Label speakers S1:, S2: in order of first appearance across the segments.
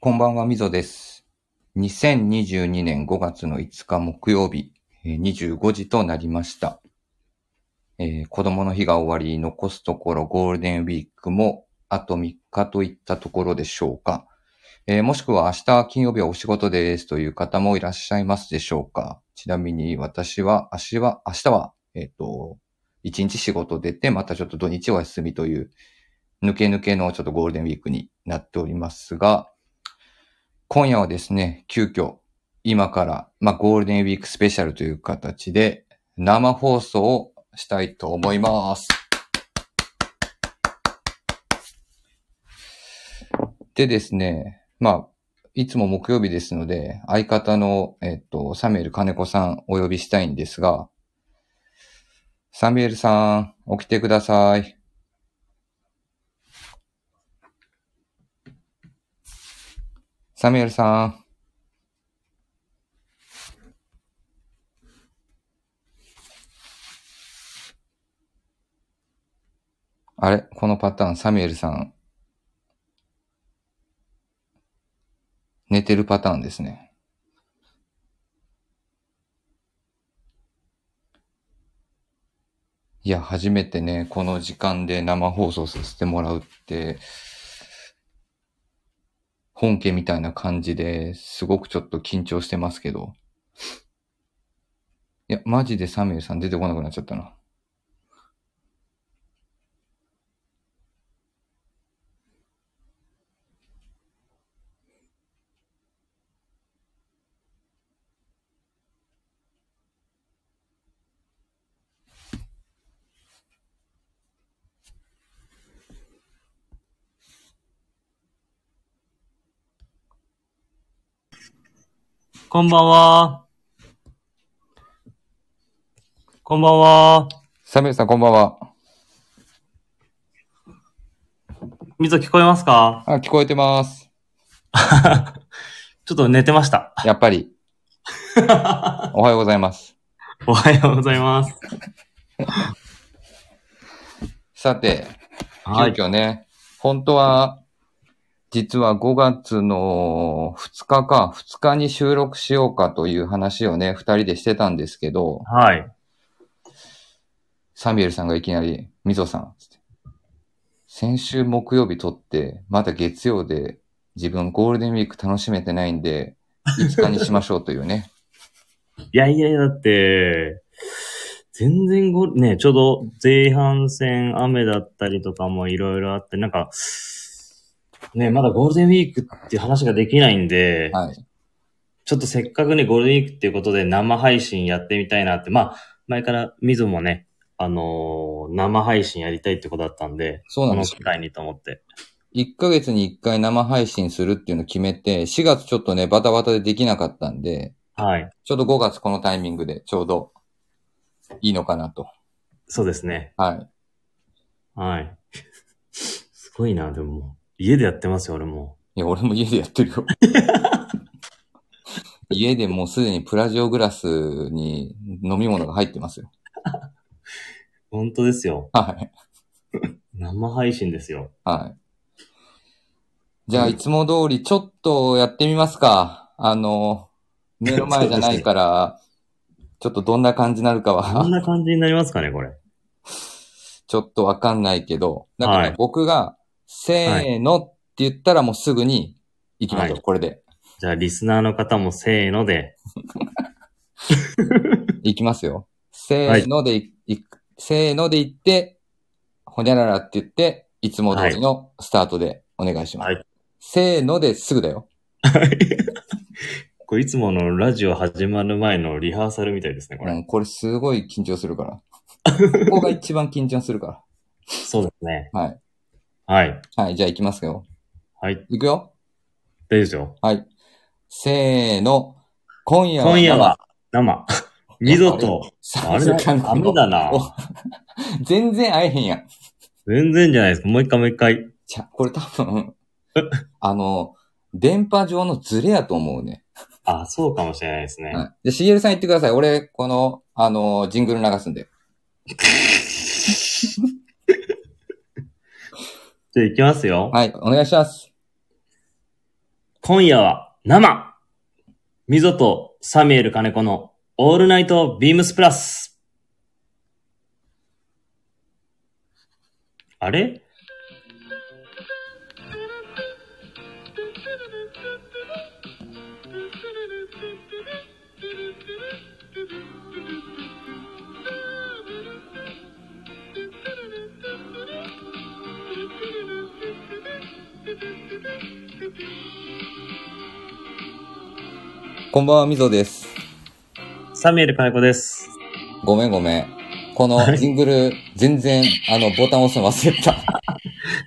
S1: こんばんは、みぞです。2022年5月の5日木曜日、えー25時となりました。えー子供の日が終わり、残すところゴールデンウィークもあと3日といったところでしょうか。えーもしくは明日金曜日はお仕事ですという方もいらっしゃいますでしょうか。ちなみに私は、明日は、明日は、えっ、と、1日仕事出て、またちょっと土日お休みという、抜け抜けのちょっとゴールデンウィークになっておりますが、今夜はですね、急遽、今から、まあ、ゴールデンウィークスペシャルという形で、生放送をしたいと思います。でですね、まあ、いつも木曜日ですので、相方の、えっと、サミュエル金子さんお呼びしたいんですが、サミュエルさん、起きてください。サミュエルさん。あれこのパターン、サミュエルさん。寝てるパターンですね。いや、初めてね、この時間で生放送させてもらうって、本家みたいな感じですごくちょっと緊張してますけど。いや、マジでサミュエルさん出てこなくなっちゃったな。
S2: こんばんは。こんばんは。
S1: サミュエルさんこんばんは。
S2: みぞ聞こえますか
S1: あ、聞こえてます。
S2: ちょっと寝てました。
S1: やっぱ り、おはようございます。
S2: おはようございます。
S1: さて、急
S2: はい。
S1: 遽ね、本当は、実は5月の2日か、2日に収録しようかという話をね、2人でしてたんですけど、
S2: はい。
S1: サミュエルさんがいきなり、みぞさん、つって先週木曜日撮って、まだ月曜で、自分ゴールデンウィーク楽しめてないんで、5日にしましょうというね。
S2: いやいやいや、だって、全然ご、ね、ちょうど前半戦雨だったりとかもいろいろあって、なんか、ね、まだゴールデンウィークっていう話ができないんで、
S1: はい。
S2: ちょっとせっかくね、ゴールデンウィークっていうことで生配信やってみたいなって、まあ、前からみぞもね、あのー生配信やりたいってことだったんで、
S1: そうな
S2: こ
S1: ん
S2: の
S1: です
S2: 機。会にと思って。
S1: 1ヶ月に1回生配信するっていうのを決めて、4月ちょっとね、バタバタでできなかったんで、
S2: はい。
S1: ちょうど5月このタイミングでちょうどいいのかなと。
S2: そうですね。
S1: はい。
S2: はい。すごいな、でももう。家でやってますよ、俺も。
S1: いや、俺も家でやってるよ。家でもうすでにプラジオグラスに飲み物が入ってますよ。
S2: 本当ですよ。
S1: はい。
S2: 生配信ですよ。
S1: はい。じゃあ、
S2: うん
S1: いつも通り、ちょっとやってみますか。あの、目の前じゃない から、ちょっとどんな感じになるか
S2: こん
S1: は、
S2: な感じになりますかね、これ。
S1: ちょっとわかんないけど、だか
S2: は
S1: ら
S2: い
S1: 僕が、せーのって言ったらもうすぐに行きましょう、
S2: はい
S1: これで。
S2: じゃあ、リスナーの方もせーので。
S1: 行きますよ。せーのでい、いくせーので言って、ほにゃららって言って、いつも通りのスタートでお願いします。
S2: はい
S1: せーのですぐだよ。
S2: これいつものラジオ始まる前のリハーサルみたいですね、こ
S1: う
S2: れ。
S1: ん、これすごい緊張する から。ここが一番緊張するか
S2: そうですね。
S1: ら。はい。
S2: はい。
S1: はい、じゃあ行きますよ。
S2: はい。
S1: 行くよ。
S2: 大丈夫ですよ。
S1: はい。せーの。今夜は。
S2: 今夜は生。 みぞと、
S1: 生。
S2: あれだ、ダメだ な。
S1: お全然会えへんやん。
S2: 全然じゃないですか。もう一回もう一回。
S1: じゃ、これ多 分、あの、電波上のズレやと思うね。
S2: あ、そうかもしれないですね。
S1: はい。で、CL さん言ってください。俺、この、あの、ジングル流すんで。
S2: じゃあ行きますよ。
S1: はい、お願いします。
S2: 今夜は生ミゾとサミュエル金子のオールナイトビームスプラスあれ
S1: こんばんは、みぞです。
S2: サミュエル金子です。
S1: ごめんごめん。この
S2: はい
S1: ジングル、全然、あの、ボタン押すの忘れた。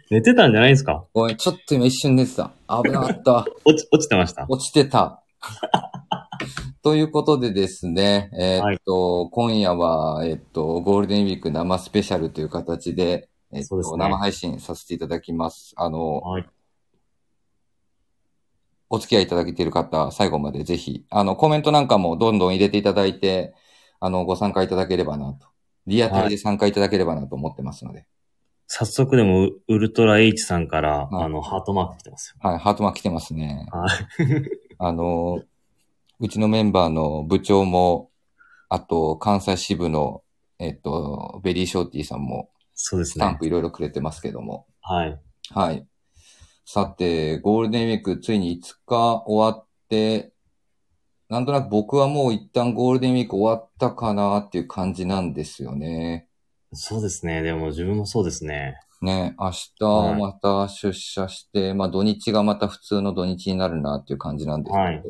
S2: 寝てたんじゃないですか
S1: ごめん、ちょっと今一瞬寝てた。危なか った。
S2: 落ち、落ちてました。
S1: 落ちてた。ということでですね、えーっと、今夜は、えーっと、ゴールデンウィーク生スペシャルという形で、えーっ
S2: そ
S1: と
S2: うですね
S1: 生配信させていただきます。あの、
S2: はい。
S1: お付き合いいただけている方、最後までぜひ、あの、コメントなんかもどんどん入れていただいて、あの、ご参加いただければなと。リアタイで参加いただければなと思ってますので。
S2: 早速でもウ、ウルトラ H さんから、
S1: はい
S2: あの、ハートマーク来てます
S1: はい、ハートマーク来てますね。
S2: よ。はい。
S1: あの、うちのメンバーの部長も、あと、関西支部の、えっと、ベリーショーティーさんも、
S2: そうです
S1: スタン
S2: ね。
S1: プいろいろくれてますけども。
S2: はい。
S1: はい。さて、ゴールデンウィーク、ついに5日終わって、なんとなく僕はもう一旦ゴールデンウィーク終わったかなっていう感じなんですよね。
S2: そうですね。でも自分もそうですね。
S1: ね、明
S2: は
S1: 日
S2: い
S1: また出社して、まあ土日がまた普通の土日になるなっていう感じなんですけど、
S2: はい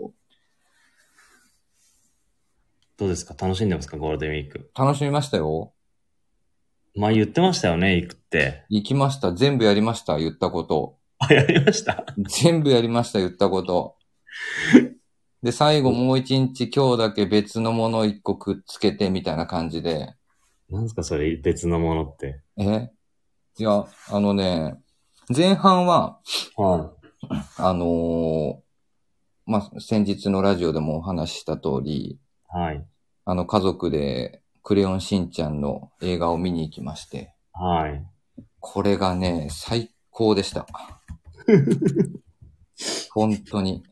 S2: どうですか楽しんでますかゴールデンウィーク。
S1: 楽しみましたよ。
S2: まあ言ってましたよね、行くって。
S1: 行きました。全部やりました。言ったこと。
S2: あ、やりました。
S1: 全部やりました。言ったこと。で、最後もう一日今日だけ別のものを一個くっつけてみたいな感じで。
S2: なんですかそれ、別のものって。
S1: えいや、あのね、前半は、
S2: は
S1: あのーまあ、先日のラジオでもお話しした通り、
S2: い。はい。
S1: あの家族でクレヨンしんちゃんの映画を見に行きまして。
S2: はい。
S1: これがね、最高で した。本当に。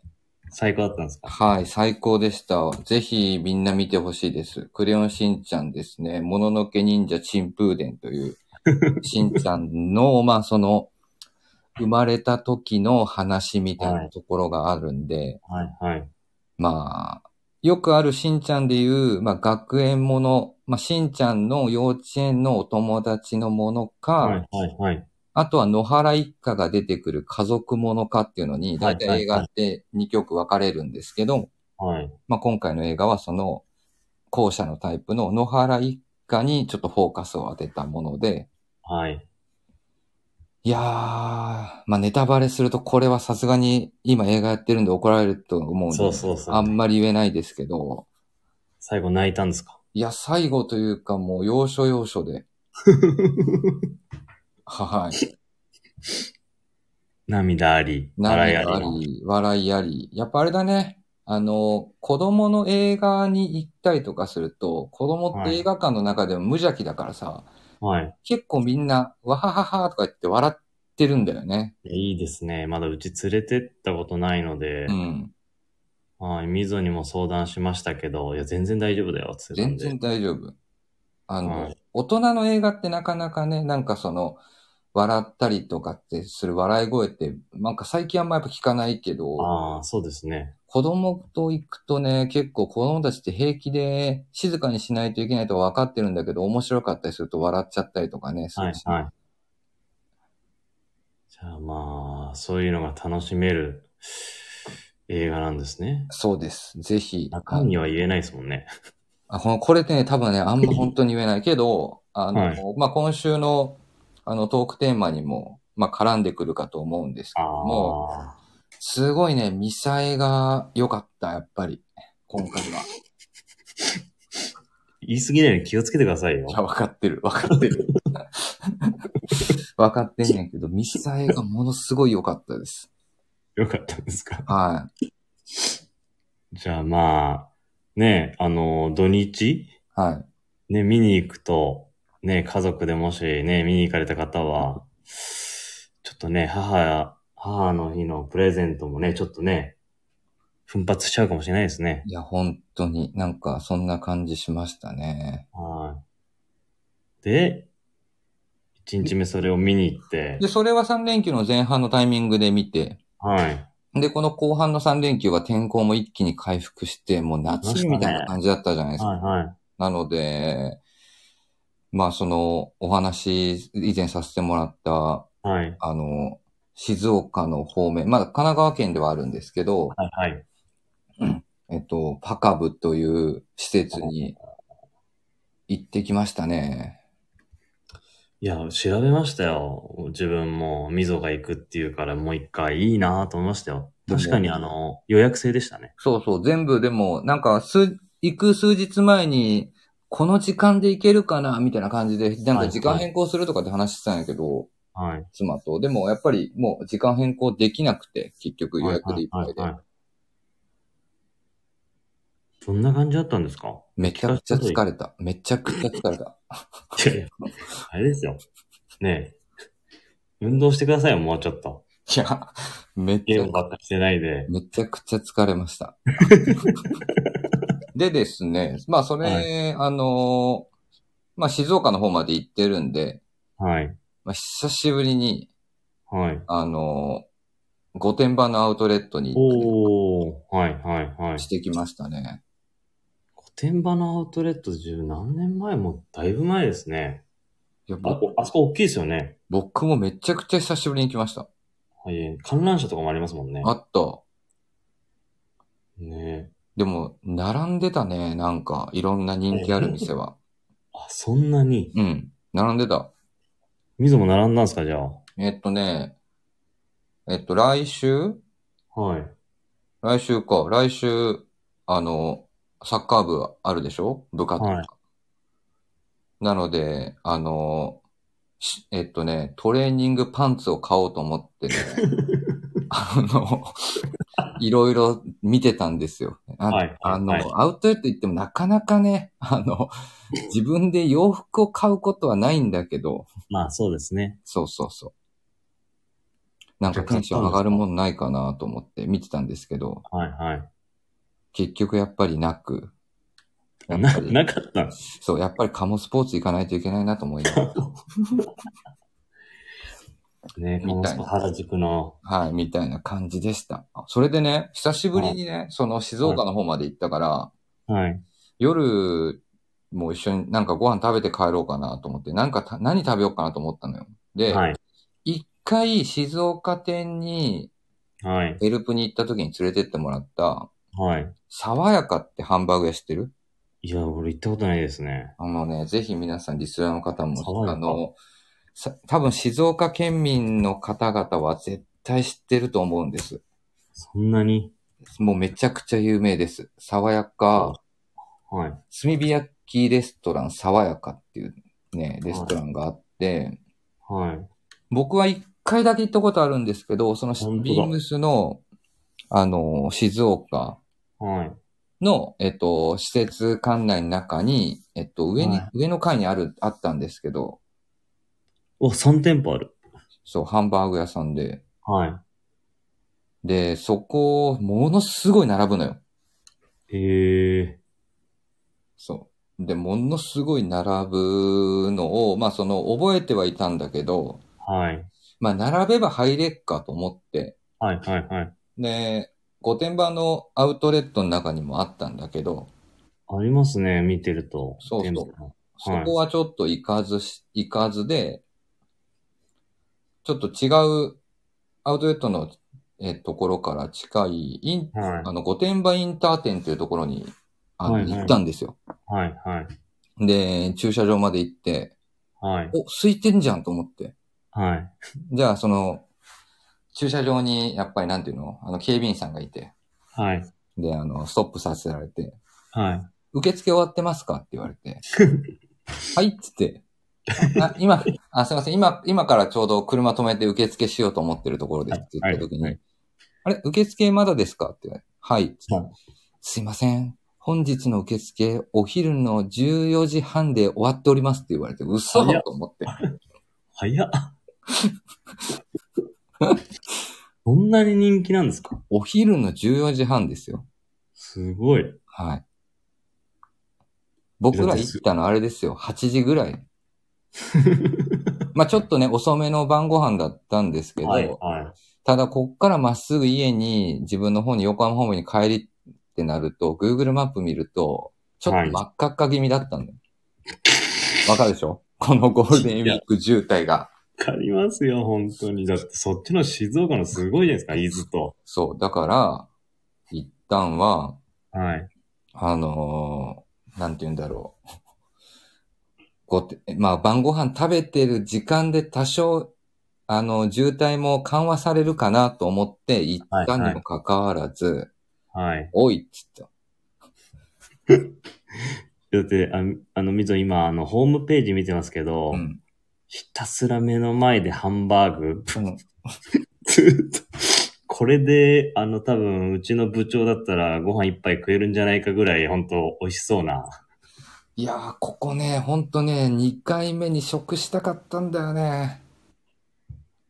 S2: 最高だったんですか
S1: はい、最高でした。ぜひみんな見てほしいです。クレヨンしんちゃんですね。もののけ忍者チンプーデンと いう、しんちゃんの、まあその、生まれた時の話みたいなところがあるんで、
S2: はい、はい。
S1: まあ、よくあるしんちゃんでいう、まあ学園もの、まあしんちゃんの幼稚園のお友達のものか、
S2: はい、はい、はい。
S1: あとは野原一家が出てくる家族ものかっていうのに、だいた
S2: はいい
S1: 映画って2曲分かれるんですけど、
S2: はい。
S1: まあ、今回の映画はその後者のタイプの野原一家にちょっとフォーカスを当てたもので、
S2: はい。
S1: いやー、まあ、ネタバレするとこれはさすがに今映画やってるんで怒られると思うんで、
S2: そうそうそう
S1: あんまり言えないですけど、
S2: 最後泣いたんで すか
S1: いや、最後というかもう要所要所で、はい、
S2: 涙あり、笑いあ
S1: 涙
S2: り
S1: あ
S2: の。
S1: り、笑いあり、やっぱあれだね、あの、子供の映画に行ったりとかすると、子供って映画館の中でも無邪気だからさ、
S2: はい。
S1: 結構みんな、わはははとか言って笑ってるんだよね。
S2: いいですね。まだうち連れてったことないので
S1: う、ん。
S2: はい。みぞにも相談しましたけど、いや、全然大丈夫だよ、つってたん
S1: 全
S2: で
S1: 然。大丈夫。あの、
S2: はい
S1: 大人の映画ってなかなかね、なんかその、笑ったりとかってする笑い声って、なんか最近あんまやっぱ聞かないけど、
S2: ああ、そうですね。
S1: 子供と行くとね、結構子供たちって平気で静かにしないといけないとは分かってるんだけど、面白かったりすると笑っちゃったりとかね、す
S2: はい
S1: るし、
S2: はい。じゃあまあ、そういうのが楽しめる映画なんですね。
S1: そうです。ぜひ。
S2: 中身は言えないですもんね。
S1: あ、この、これってね、多分ね、あんま本当に言えないけど、あの、
S2: はい
S1: まあ、今週の、あの、トークテーマにも、まあ、絡んでくるかと思うんですけ
S2: あ
S1: ども、
S2: あ。
S1: すごいね、ミサエが良かった、やっぱり。今回 は。
S2: 言い過ぎないように気をつけてくださいよ
S1: い。や、わかってる、わかって る。わかってんねんけど、ミサエがものすごい良かったです。
S2: よかったですか。
S1: は
S2: じゃあまあ、ね、あの、土日、
S1: い。はい。
S2: ね、見に行くと、ね、家族でもしね、見に行かれた方は、ちょっとね、母や、母の日のプレゼントもね、ちょっとね、奮発しちゃうかもしれないですね。
S1: いや、本当になんかそんな感じしましたね。
S2: はい。で、一日目それを見に行って
S1: で、、それは3連休の前半のタイミングで見て、
S2: はい。
S1: で、この後半の3連休は天候も一気に回復して、もう夏みたいな感じだったじゃないですか。
S2: はいはい。
S1: なので、まあそのお話以前させてもらった、
S2: はい。
S1: あの、静岡の方面、まだ神奈川県ではあるんですけど、
S2: はいはい。
S1: えっと、パカブという施設に行ってきましたね。
S2: いや、調べましたよ。自分も、みぞが行くっていうから、もう一回いいなと思いましたよ。
S1: でも
S2: 確かにあの、予約制でしたね。
S1: そうそう、全部でも、なんか、数、行く数日前に、この時間で行けるかな、みたいな感じで、なんか
S2: はいはい
S1: 時間変更するとかって話してたんやけど、
S2: はい。
S1: 妻と。でも、やっぱりもう時間変更できなくて、結局予約でいっぱいで
S2: は。ははどんな感じだったんで すか
S1: めちゃくちゃ疲れた。めちゃくちゃ疲れた。
S2: いやいやあれですよ。ねえ。運動してくださいよ、もうちょっと。
S1: いや、めっち
S2: ゲ
S1: ゃ
S2: ーム、ばっかしてないで。
S1: めちゃくちゃ疲れま した。でですね、まあそれ、
S2: は
S1: あのーまあ静岡の方まで行ってるんで、
S2: はい。
S1: まあ久しぶりに、
S2: はい。
S1: あのー、御殿場のアウトレットに行った
S2: おー。はい、はい、はい
S1: り。してきましたね。
S2: 御殿場のアウトレット10何年前もだいぶ前ですね。
S1: いや
S2: あ
S1: ぼ
S2: あそこ大きいですよね。
S1: 僕もめちゃくちゃ久しぶりに来ました。
S2: はい。観覧車とかもありますもんね。
S1: あった。
S2: ねえ
S1: でも、並んでたね、なんか、いろんな人気ある店は。
S2: あ、そんなに。
S1: うん、並んでた。
S2: 水も並んだんすか、じゃあ。
S1: えっとね、えっと、来週
S2: はい。
S1: 来週か。来週、あの、サッカー部あるでしょ部活とか。
S2: はい
S1: なので、あの、しえっとね、トレーニングパンツを買おうと思って ね、あの、いろいろ見てたんですよ。あ
S2: はいはい
S1: あの、
S2: はい
S1: アウトレット行ってもなかなかね、あの、自分で洋服を買うことはないんだけど、
S2: まあ、そうですね。
S1: そうそうそう。なんかテンション上がるもんないかなと思って見てたんですけど、
S2: はい、はい。
S1: 結局やっぱりなく、やっ
S2: な
S1: ぱ、り
S2: なかったんです
S1: そう、やっぱりカモスポーツ行かないといけないなと思いな がら、
S2: ね。
S1: みたいな
S2: この原宿の。
S1: はい、みたいな感じでした。それでね、久しぶりにね、その静岡の方まで行ったから、
S2: はい。
S1: 夜も一緒になんかご飯食べて帰ろうかなと思って、なんかた何食べようかなと思ったのよ。で、
S2: はい。
S1: 一回静岡店に
S2: はい。
S1: ヘルプに行った時に連れてってもらった、
S2: はい。爽
S1: 爽やかってハンバーグ屋知ってる
S2: いや、俺行ったことないですね。
S1: あのね、ぜひ皆さん、リスナーの方
S2: 爽
S1: も、
S2: やか
S1: あの、さ多分静岡県民の方々は絶対知ってると思うんです。
S2: そんなに。
S1: もうめちゃくちゃ有名です。爽やか、
S2: はい。
S1: 炭火焼きレストラン爽やかっていうね、レストランがあって、
S2: はい。
S1: 僕は一回だけ行ったことあるんですけど、その
S2: 本当だ
S1: ビームスの、あの、静岡
S2: はい。
S1: の、えっと、施設館内の中に、えっと、上に、
S2: はい
S1: 上の階にある、あったんですけど、
S2: お、3店舗ある。
S1: そう、ハンバーグ屋さんで、
S2: はい。
S1: で、そこ、ものすごい並ぶのよ。
S2: ええ
S1: そう。で、ものすごい並ぶのを、まあ、その、覚えてはいたんだけど、
S2: はい。
S1: まあ、並べば入れっかと思って、
S2: はい、はい、はい。
S1: で、御殿場のアウトレットの中にもあったんだけど、
S2: ありますね、見てると。
S1: そうそう
S2: 店舗
S1: そこはちょっと行かずし、行かずで、ちょっと違う、アウトレットの、え、ところから近い、イン、
S2: がはい
S1: あ。の、御殿場インター店というところに、あの、
S2: はいはい
S1: 行ったんですよ。
S2: はい、はい。
S1: で、駐車場まで行って、
S2: はい。
S1: お、空いてんじゃんと思って。
S2: はい。
S1: じゃあ、その、駐車場に、やっぱりなんていうのあの、警備員さんがいて、
S2: はい。
S1: で、あの、ストップさせられて、
S2: はい。
S1: 受付終わってますかって言われ て、はいっつって、あ今、あ、すいません、今、今からちょうど車止めて受付しようと思ってるところですって言った時に、
S2: はいは
S1: あれ、受付まだですかって言われて、はいっつって、
S2: はい
S1: すいません、本日の受付、お昼の14時半で終わっておりますって言われて、嘘
S2: 早
S1: だ
S2: っ
S1: と思って。
S2: 早っ。そんなに人気なんですか
S1: お昼の14時半ですよ。
S2: すごい。
S1: はい。僕ら行ったのあれですよ。8時ぐら い。まあちょっとね、遅めの晩ご飯だったんですけど、
S2: はい、は
S1: ただこっからまっすぐ家に、自分の方に横浜方面に帰りってなると、Google マップ見ると、ちょっと真っ赤っか気味だったんだよ。わ、かるでしょこのゴールデンウィーク渋滞が。
S2: い。わかりますよ、本当に。だってそっちの静岡のすごいじゃないですか、伊豆と。
S1: そう。だから、一旦は、
S2: はい。
S1: あのーなんて言うんだろう。ごて、まあ、晩ご飯食べてる時間で多少、あの、渋滞も緩和されるかなと思って、行ったにもかかわらず、
S2: はい。
S1: おいっつった。
S2: だって、ああの、みぞ今、あの、ホームページ見てますけど、
S1: うん。
S2: ひたすら目の前でハンバーグ。
S1: うん
S2: ずっと。 これで、あの、多分、うちの部長だったら、ご飯一杯食えるんじゃないかぐらい、本当美味しそうな。
S1: いやー、ここね、ほんとね、2回目に食したかったんだよね。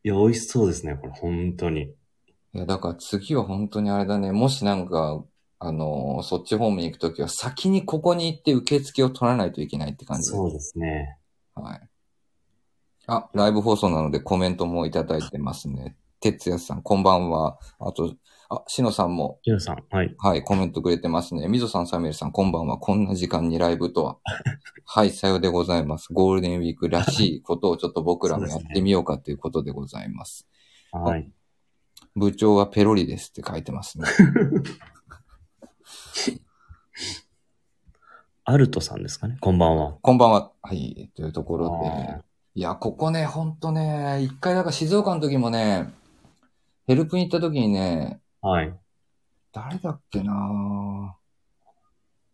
S2: いや、美味しそうですね、これ、本当に。
S1: いや、だから次は本当にあれだね、もしなんか、あのーそっち方面行くときは先にここに行って受付を取らないといけないって感じ。
S2: そうですね。
S1: はい。あ、ライブ放送なのでコメントもいただいてますね。哲也さん、こんばんは。あと、あ、しのさんも、
S2: ジュンさん、はい。
S1: はい、コメントくれてますね。みぞさん、サミュエルさん、こんばんは。こんな時間にライブ とは。はい、さようでございます。ゴールデンウィークらしいことをちょっと僕らもやってみようかということでございます。
S2: はい。
S1: 部長はペロリですって書いてます ね。
S2: アルトさんですかね、こんばんは。
S1: こんばんは。はい、というところ
S2: あ
S1: で。いや、ここね、ほんとね、一回、だから静岡の時もね、ヘルプに行った時にね、
S2: ーはい。
S1: 誰だっけな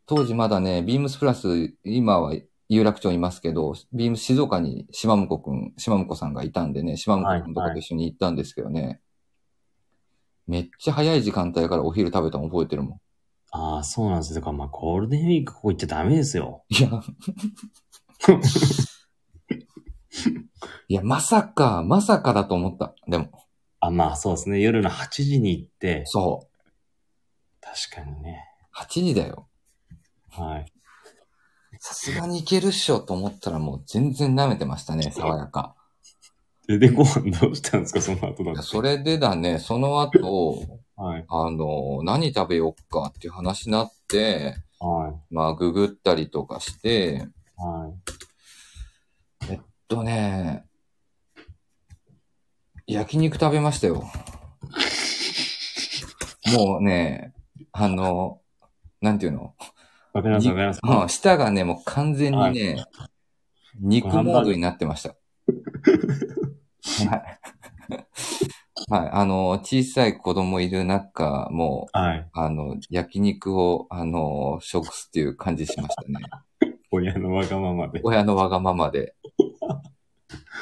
S1: 当時まだね、ビームスプラス、今は有楽町にいますけど、ビームス静岡に島婿くん、島婿さんがいたんでね、島婿くんとかと一緒に行ったんですけどね、めっちゃ早い時間帯からお昼食べたの覚えてるもん。
S2: ああ、そうなんですよ。だから、まあ、ゴールデンウィークここ行っちゃダメですよ。
S1: い や、いや、まさか、まさかだと思った。でも、
S2: あ、まあ、そうですね。夜の8時に行って、
S1: そ
S2: 確かにね。
S1: う、8時だよ。
S2: はい。
S1: さすがに行けるっしょと思ったらもう全然舐めてましたね、爽やか。
S2: で、で、ご飯どうしたんですか、その後だ
S1: いや
S2: と。
S1: それでだね、その後、
S2: はい。
S1: あの、何食べよっかっていう話になって、
S2: はい。
S1: まあ、ググったりとかして、
S2: はい。
S1: とね、焼肉食べましたよ。もうね、あの、なんていうの、
S2: わかります、わかります。
S1: うん舌がね、もう完全にね、肉モードになってました。はい。はい。あの、小さい子供いる中、もう、
S2: はい。
S1: あの、焼肉を、あの、食すっていう感じしましたね。
S2: 親のわがままで。
S1: 親のわがままで。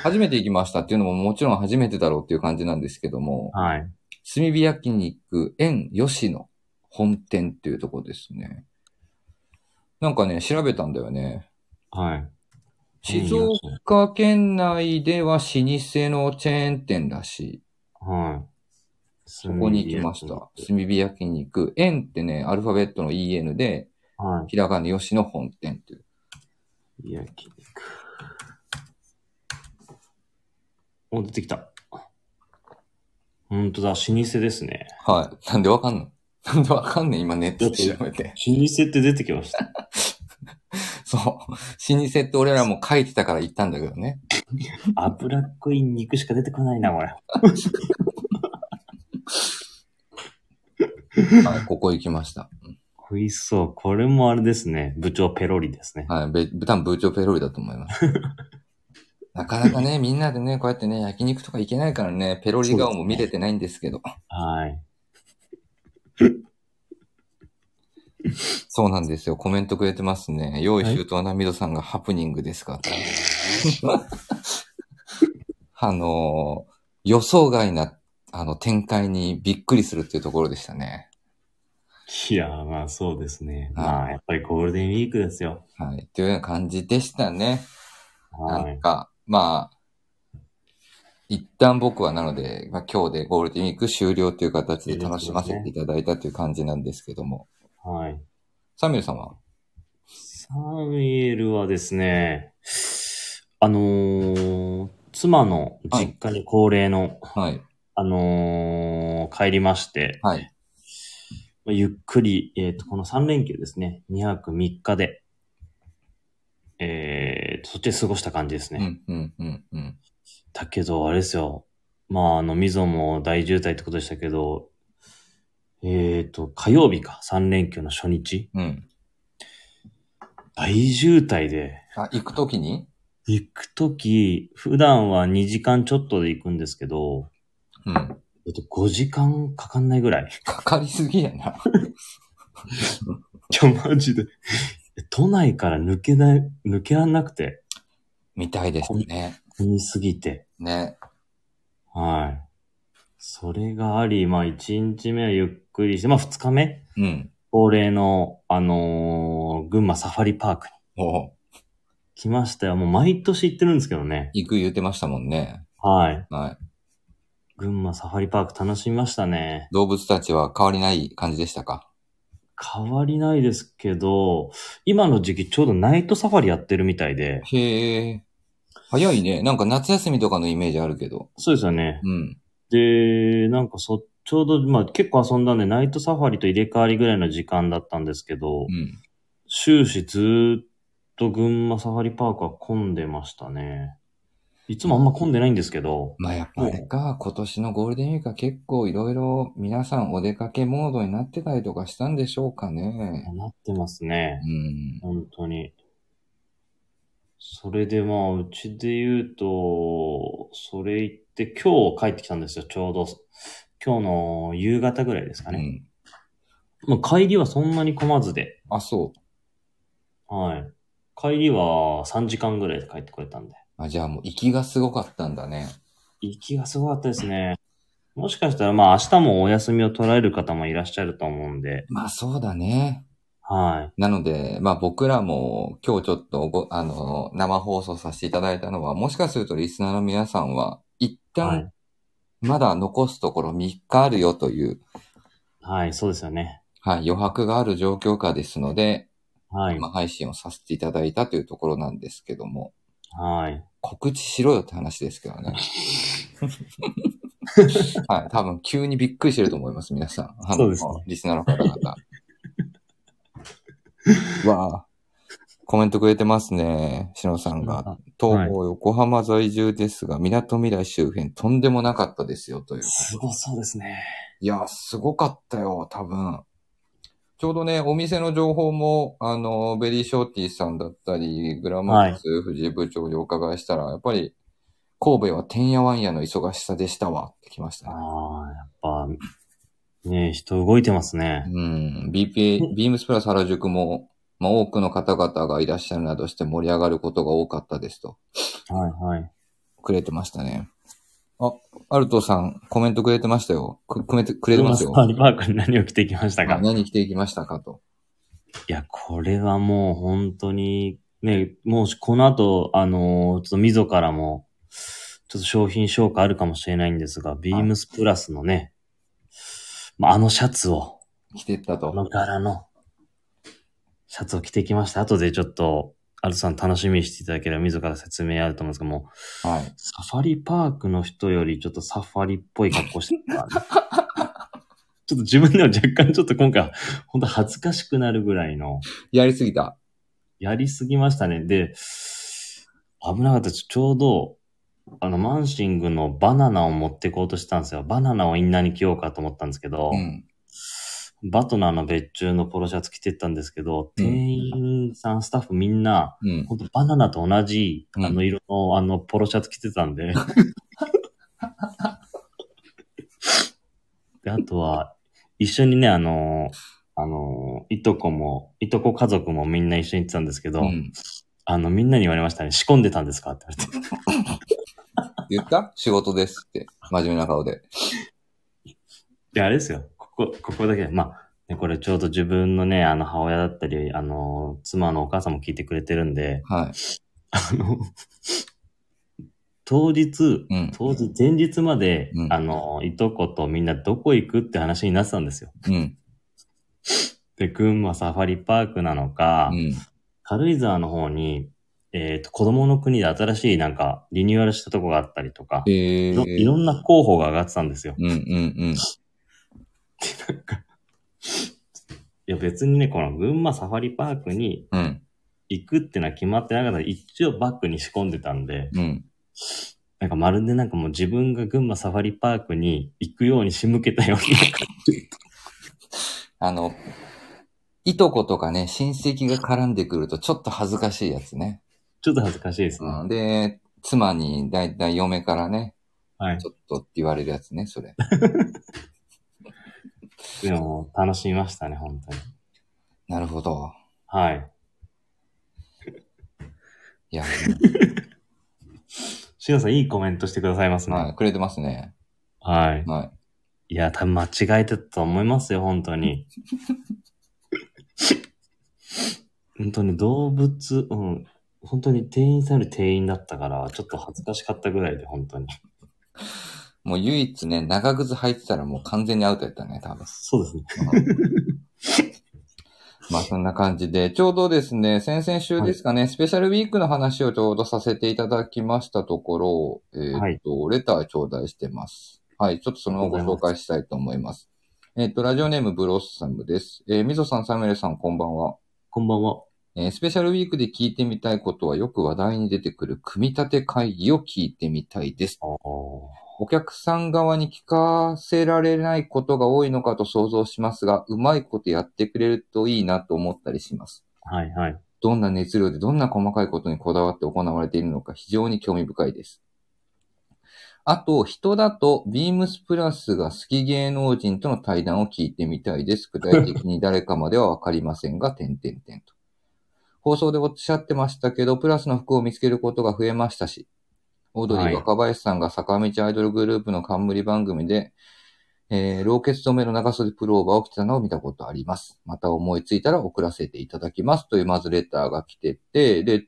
S1: 初めて行きましたっていうのももちろん初めてだろうっていう感じなんですけども、
S2: はい。
S1: 炭火焼肉園吉野本店っていうとこですね。なんかね、調べたんだよね。
S2: はい。
S1: 静岡県内では老舗のチェーン店らしい。
S2: はい。そ
S1: そこに行きました。炭火焼肉園ってね、アルファベットの EN で、
S2: は
S1: ひらがな吉野本店っていう。
S2: い。焼肉。お、出てきた。ほんとだ、老舗ですね。
S1: はい。なんでわかんの なんでわかんねん今ネットで調べて。
S2: 老舗って出てきま した。
S1: そう。老舗って俺らも書いてたから言ったんだけどね。
S2: 脂っこい肉しか出てこないな、これ。
S1: はい、ここ行きました。
S2: 美味しそう。これもあれですね。部長ペロリですね。
S1: はい、べ、多分部長ペロリだと思います。なかなかね、みんなでね、こうやってね、焼肉とか行けないからね、ペロリ顔も見れてないんですけど。
S2: はい。
S1: そうなんですよ。コメントくれてますね。用意周到なみどさんがハプニングですか、 あのー予想外な、あの、展開にびっくりするっていうところでしたね。
S2: いやー、まあそうですね。
S1: はい
S2: まあ、やっぱりゴールデンウィークですよ。
S1: はい。というような感じでしたね。な
S2: は
S1: ん
S2: い。
S1: か、まあ、一旦僕はなので、まあ、今日でゴールデンウィーク終了という形で楽しませていただいたという感じなんですけども。
S2: はい。
S1: サミュエルさんは
S2: サミュエルはですね、あのー妻の実家に恒例の、
S1: はい。
S2: あのー帰りまして、
S1: はい。
S2: まあゆっくり、えっ、と、この3連休ですね、2泊3日で、えー、そっちで過ごした感じです
S1: う
S2: ね。
S1: ん、うん、うん、うん。
S2: だけど、あれですよ。まあ、あの、溝も大渋滞ってことでしたけど、えっ、と、火曜日か、3連休の初日、
S1: うん。
S2: 大渋滞で、
S1: あ、行くときに
S2: 行くとき、普段は2時間ちょっとで行くんですけど、
S1: うん。
S2: えっと、5時間かかんないぐらい。
S1: かかりすぎやな。
S2: ちょ、 マジで。 都内から抜けない、抜けらんなくて、
S1: みたいですね。
S2: 混みすぎて。
S1: ね。
S2: はい。それがあり、まあ、1日目はゆっくりして、まあ、2日目、
S1: うん。
S2: 恒例の、あのー群馬サファリパークに
S1: おう
S2: 来ましたよ。もう毎年行ってるんですけどね。
S1: 行く言ってましたもんね。
S2: はい。
S1: はい。
S2: 群馬サファリパーク楽しみましたね。
S1: 動物たちは変わりない感じでしたか
S2: 変わりないですけど、今の時期ちょうどナイトサファリやってるみたいで、
S1: へえ。早いね。なんか夏休みとかのイメージあるけど。
S2: そうですよね。
S1: うん。
S2: で、なんかそ、ちょうど、まあ結構遊んだんで、ナイトサファリと入れ替わりぐらいの時間だったんですけど
S1: う、ん。
S2: 終始ずーっと群馬サファリパークは混んでましたね。いつもあんま混んでないんですけど、
S1: まあやっぱあれか、今年のゴールデンウィークは結構いろいろ皆さんお出かけモードになってたりとかしたんでしょうかね。
S2: なってますね。
S1: うん。
S2: 本当に。それでまあ、うちで言うと、それ行って今日帰ってきたんですよ、ちょうど。今日の夕方ぐらいですか
S1: う
S2: ね。
S1: ん。
S2: まあ帰りはそんなに混まずで、
S1: あ、そ
S2: はい。帰りは3時間ぐらいで帰ってこれたんで。
S1: う。あ、じゃあもう行きがすごかったんだね。
S2: 行きがすごかったですね。もしかしたらまあ明日もお休みを取られる方もいらっしゃると思うんで、
S1: まあそうだね。
S2: はい。
S1: なので、まあ僕らも今日ちょっとご、あの、生放送させていただいたのは、もしかするとリスナーの皆さんは、一
S2: は
S1: 旦
S2: い、
S1: まだ残すところ3日あるよという、
S2: はい、そうですよね。
S1: はい、余白がある状況下ですので、
S2: はい
S1: ま。あ配信をさせていただいたというところなんですけども、
S2: はい。
S1: 告知しろよって話ですけど ね。はい、多分急にびっくりしてると思います、皆さん。あの
S2: そうですね
S1: リスナーの方々。 わあ、コメントくれてますね、しのさんが。東方横浜在住ですが、港未来周辺とんでもなかったですよ、という。
S2: すごそうですね。
S1: いや、すごかったよ、多分。ちょうどね、お店の情報も、あの、ベリーショーティーさんだったり、グラマックス藤井部長にお伺いしたら、やっぱり、神戸はてんやわんやの忙しさでしたわ、ってきましたね。
S2: ああ、やっぱ、ねえ人動いてますね。
S1: うん、BPA、ビームスプラス原宿も、まあ、多くの方々がいらっしゃるなどして盛り上がることが多かったですと、
S2: はいはい。
S1: くれてましたね。あ、アルトさん、コメントくれてましたよ。く、くめて、くれてますよ。
S2: パーリパークに何を着てきましたか
S1: 何着ていきましたかと。
S2: いや、これはもう本当に、ね、もうこの後、あのーちょっと溝からも、ちょっと商品紹介あるかもしれないんですが、ビームスプラスのね、まあ、あのシャツを、
S1: 着てったと
S2: こ。の柄のシャツを着てきました。後でちょっと、アルトさん楽しみにしていただければ、溝から説明あると思うんですけども、
S1: はい。
S2: サファリパークの人よりちょっとサファリっぽい格好してた からね、ちょっと自分でも若干ちょっと今回、本当恥ずかしくなるぐらいの、
S1: やりすぎた。
S2: やりすぎましたね。で、危なかったです。ちょうど、あの、マンシングのバナナを持ってこうとしたんですよ。バナナをインナーに着ようかと思ったんですけど、
S1: うん。
S2: バトナーの別注のポロシャツ着てったんですけど、
S1: うん
S2: 店員さん、スタッフみんな、
S1: うん。
S2: 本当バナナと同じ、
S1: うん
S2: あの色の、あの、ポロシャツ着てたん で。で、あとは、一緒にね、あの、あの、いとこも、いとこ家族もみんな一緒に行ってたんですけど、
S1: うん、
S2: あの、みんなに言われましたね、仕込んでたんですかって言われて。
S1: 言った仕事ですって。真面目な顔で。
S2: で、あれですよ、ここ、ここだけ、まあ、ね、これちょうど自分のね、あの、母親だったり、あの、妻のお母さんも聞いてくれてるんで、
S1: はい。
S2: あの、当日、
S1: うん。
S2: 当日、前日まで、
S1: うん
S2: あの、いとことみんなどこ行くって話になってたんですよ。
S1: うん。
S2: で、群馬サファリパークなのか、
S1: うん。
S2: 軽井沢の方に、えっ、と、子供の国で新しいなんか、リニューアルしたとこがあったりとか、
S1: え
S2: い
S1: ー
S2: ろ。いろんな候補が上がってたんですよ。
S1: うんうん
S2: いや、別にね、この群馬サファリパークに
S1: うん。うん。
S2: 行くってのは決まってなかった一応バッグに仕込んでたんで、
S1: うん。
S2: なんかまるでなんかもう自分が群馬サファリパークに行くように仕向けたような
S1: あの、いとことかね、親戚が絡んでくるとちょっと恥ずかしいやつね。
S2: ちょっと恥ずかしいですね。
S1: うん、で、妻にだいたい嫁からね、
S2: はい
S1: ち。ょっとって言われるやつね、そ れ。
S2: でも、楽しみましたね、本当に。
S1: なるほど。
S2: はい。
S1: いや、
S2: しのさん、いいコメントしてくださいますね。
S1: は、
S2: はい
S1: くれてますね。
S2: い。い、
S1: は
S2: や、多分間違えてたと思いますよ、本当に。 本当に動物、うん。本当に店員さんより店員だったから、ちょっと恥ずかしかったぐらいで、本当に。
S1: い。もう唯一ね、長靴履いてたらもう完全にアウトやったね、多分。
S2: そうですね。
S1: まあそんな感じで、ちょうどですね、先々週ですかね、スペシャルウィークの話をちょうどさせていただきましたところ、えーっ、と、レター頂戴してます。はい、ちょっとそのままご紹介したいと思います。えーっ、と、ラジオネームブロッサムです。えー、みぞさん、サムエルさん、こんばんは。
S2: こんばんは。
S1: えースペシャルウィークで聞いてみたいことはよく話題に出てくる組み立て会議を聞いてみたいです。
S2: お
S1: お客さん側に聞かせられないことが多いのかと想像しますが、うまいことやってくれるといいなと思ったりします。
S2: ーはいはい。
S1: どんな熱量でどんな細かいことにこだわって行われているのか非常に興味深いです。あと、人だと、ビームスプラスが好き芸能人との対談を聞いてみたいです。具体的に誰かまではわかりませんが、点々点と。放送でおっしゃってましたけど、プラスの服を見つけることが増えましたし、オードリ
S2: は
S1: ー
S2: い
S1: 若林さんが坂道アイドルグループの冠番組で、えー、老血止めの長袖プローバーを着てたのを見たことあります。また思いついたら送らせていただきますというまずレターが来てて、で、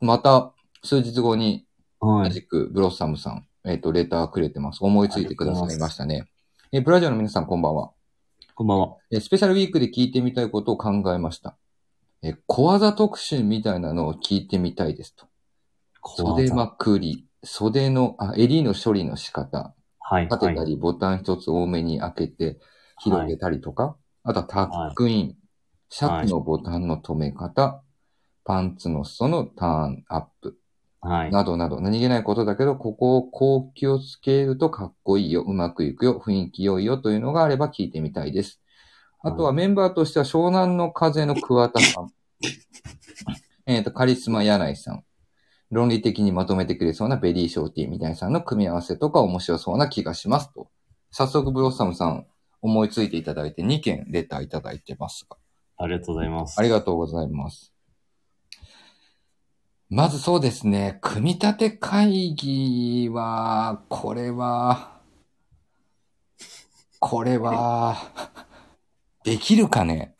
S1: また数日後に
S2: は
S1: 同
S2: い。
S1: じくブロッサムさん、えっ、と、レターくれてます。思いついてくださいましたね。えー、ブラジオの皆さんこんばんは。
S2: こんばんは。
S1: えースペシャルウィークで聞いてみたいことを考えました。えー小技特集みたいなのを聞いてみたいですと。
S2: 小
S1: 袖
S2: 技
S1: まくり、袖の、あ、襟の処理の仕方、
S2: はい
S1: 立てた
S2: はい。
S1: り、ボタン一つ多めに開けて広げたりとか、あとはタックイン、シャツのボタンの留め方、パンツの裾のターンアップ、
S2: はい。
S1: などなど、何気ないことだけど、ここをこう気をつけるとかっこいいよ、うまくいくよ、雰囲気良いよというのがあれば聞いてみたいです。あとはメンバーとしては湘南の風の桑田さん。 えっと、カリスマ柳井さん。論理的にまとめてくれそうなベリーショーティーみたいなさんの組み合わせとか面白そうな気がしますと。早速ブロッサムさん思いついていただいて2件レターいただいてますが。
S2: ありがとうございます。
S1: ありがとうございます。まずそうですね、組み立て会議は、これは、これは、できるかね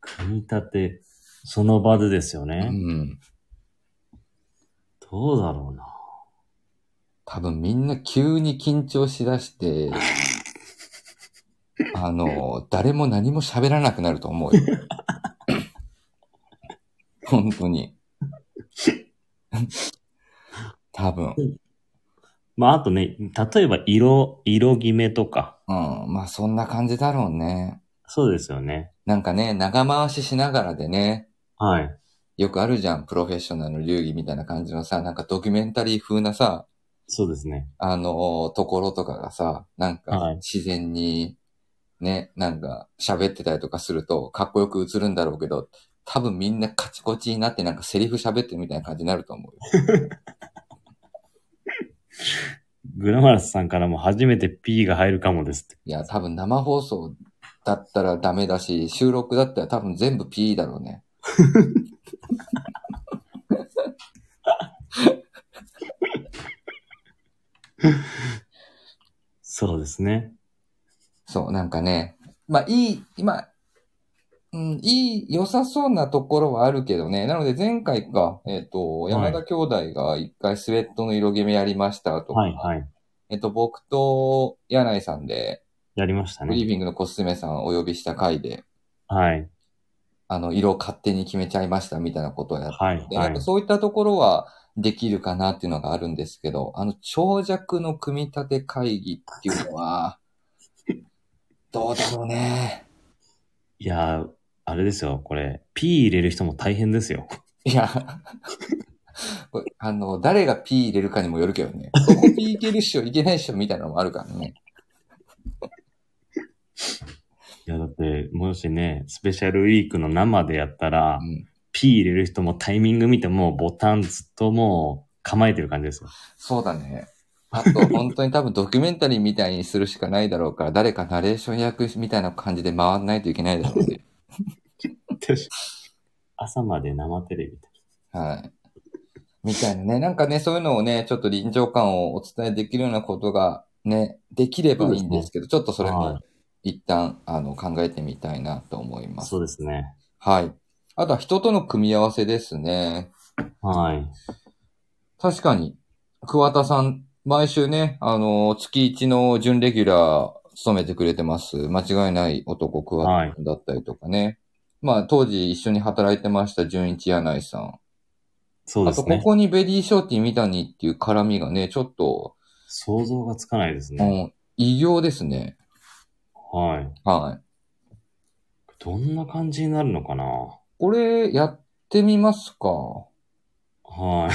S2: 組み立て、その場でですよ
S1: う
S2: ね。
S1: ん。
S2: どうだろうな。
S1: 多分みんな急に緊張しだして、あの、誰も何も喋らなくなると思うよ。本当に。多分。
S2: まあ、あとね、例えば色、色決めとか。
S1: うん、まあそんな感じだろうね。
S2: そうですよね。
S1: なんかね、長回ししながらでね、
S2: はい。
S1: よくあるじゃん、プロフェッショナルの流儀みたいな感じのさ、なんかドキュメンタリー風なさ、
S2: そうですね。
S1: あのーところとかがさ、なん
S2: は
S1: か
S2: い
S1: 自然に、ね、なんか喋ってたりとかすると、かっこよく映るんだろうけど、多分みんなカチコチになってなんかセリフ喋ってるみたいな感じになると思うよ。
S2: グラマラスさんからも初めて P が入るかもですって。
S1: いや、多分生放送だったらダメだし、収録だったら多分全部 P だろうね。
S2: そうですね。
S1: そう、なんかね、まあいい、今、うん、いい、良さそうなところはあるけどね。なので前回が、えっ、と、
S2: い
S1: 山田兄弟が一回スウェットの色決めやりましたとか、
S2: はい、はい。
S1: えっ、と、僕と柳井さんで、
S2: やりました
S1: ブリー
S2: ね。
S1: フィングのコスメさんをお呼びした回で、
S2: はい。
S1: あの、色を勝手に決めちゃいましたみたいなことをやって、
S2: はい、
S1: な
S2: は
S1: ん
S2: い
S1: か。そういったところはできるかなっていうのがあるんですけど、あの、長尺の組み立て会議っていうの は、どうだろうね。
S2: いやー、あれですよ、これ。P 入れる人も大変ですよ。
S1: いや、 これあの、誰が P 入れるかにもよるけどね。ここ P いけるっしょ、いけないっしょみたいなのもあるからね。
S2: いや、だって、もしね、スペシャルウィークの生でやったら、
S1: うん。
S2: P 入れる人もタイミング見てもうボタンずっともう構えてる感じですよ。
S1: そうだね。あと、本当に多分ドキュメンタリーみたいにするしかないだろうから、誰かナレーション役みたいな感じで回んないといけないだろうね。
S2: 朝まで生テレビ。
S1: はい。みたいなね。なんかね、そういうのをね、ちょっと臨場感をお伝えできるようなことがね、できればいいんですけど、ちょっとそれ
S2: は
S1: も
S2: い
S1: 一旦、あの、考えてみたいなと思います。
S2: そうですね。
S1: はい。あとは人との組み合わせですね。
S2: はい。
S1: 確かに、桑田さん、毎週ね、あの、月1の準レギュラー務めてくれてます。間違いない男、桑田さんだったりとかね。まあ、当時一緒に働いてました、純一柳井さん。
S2: そう
S1: あ
S2: です
S1: と、こ
S2: ね。
S1: こにベリーショーティーみたいにっていう絡みがね、ちょっと、
S2: 想像がつかないです
S1: う
S2: ね。
S1: ん、異形ですね。
S2: はい。
S1: はい。
S2: どんな感じになるのかな
S1: これ、やってみますか。
S2: はい。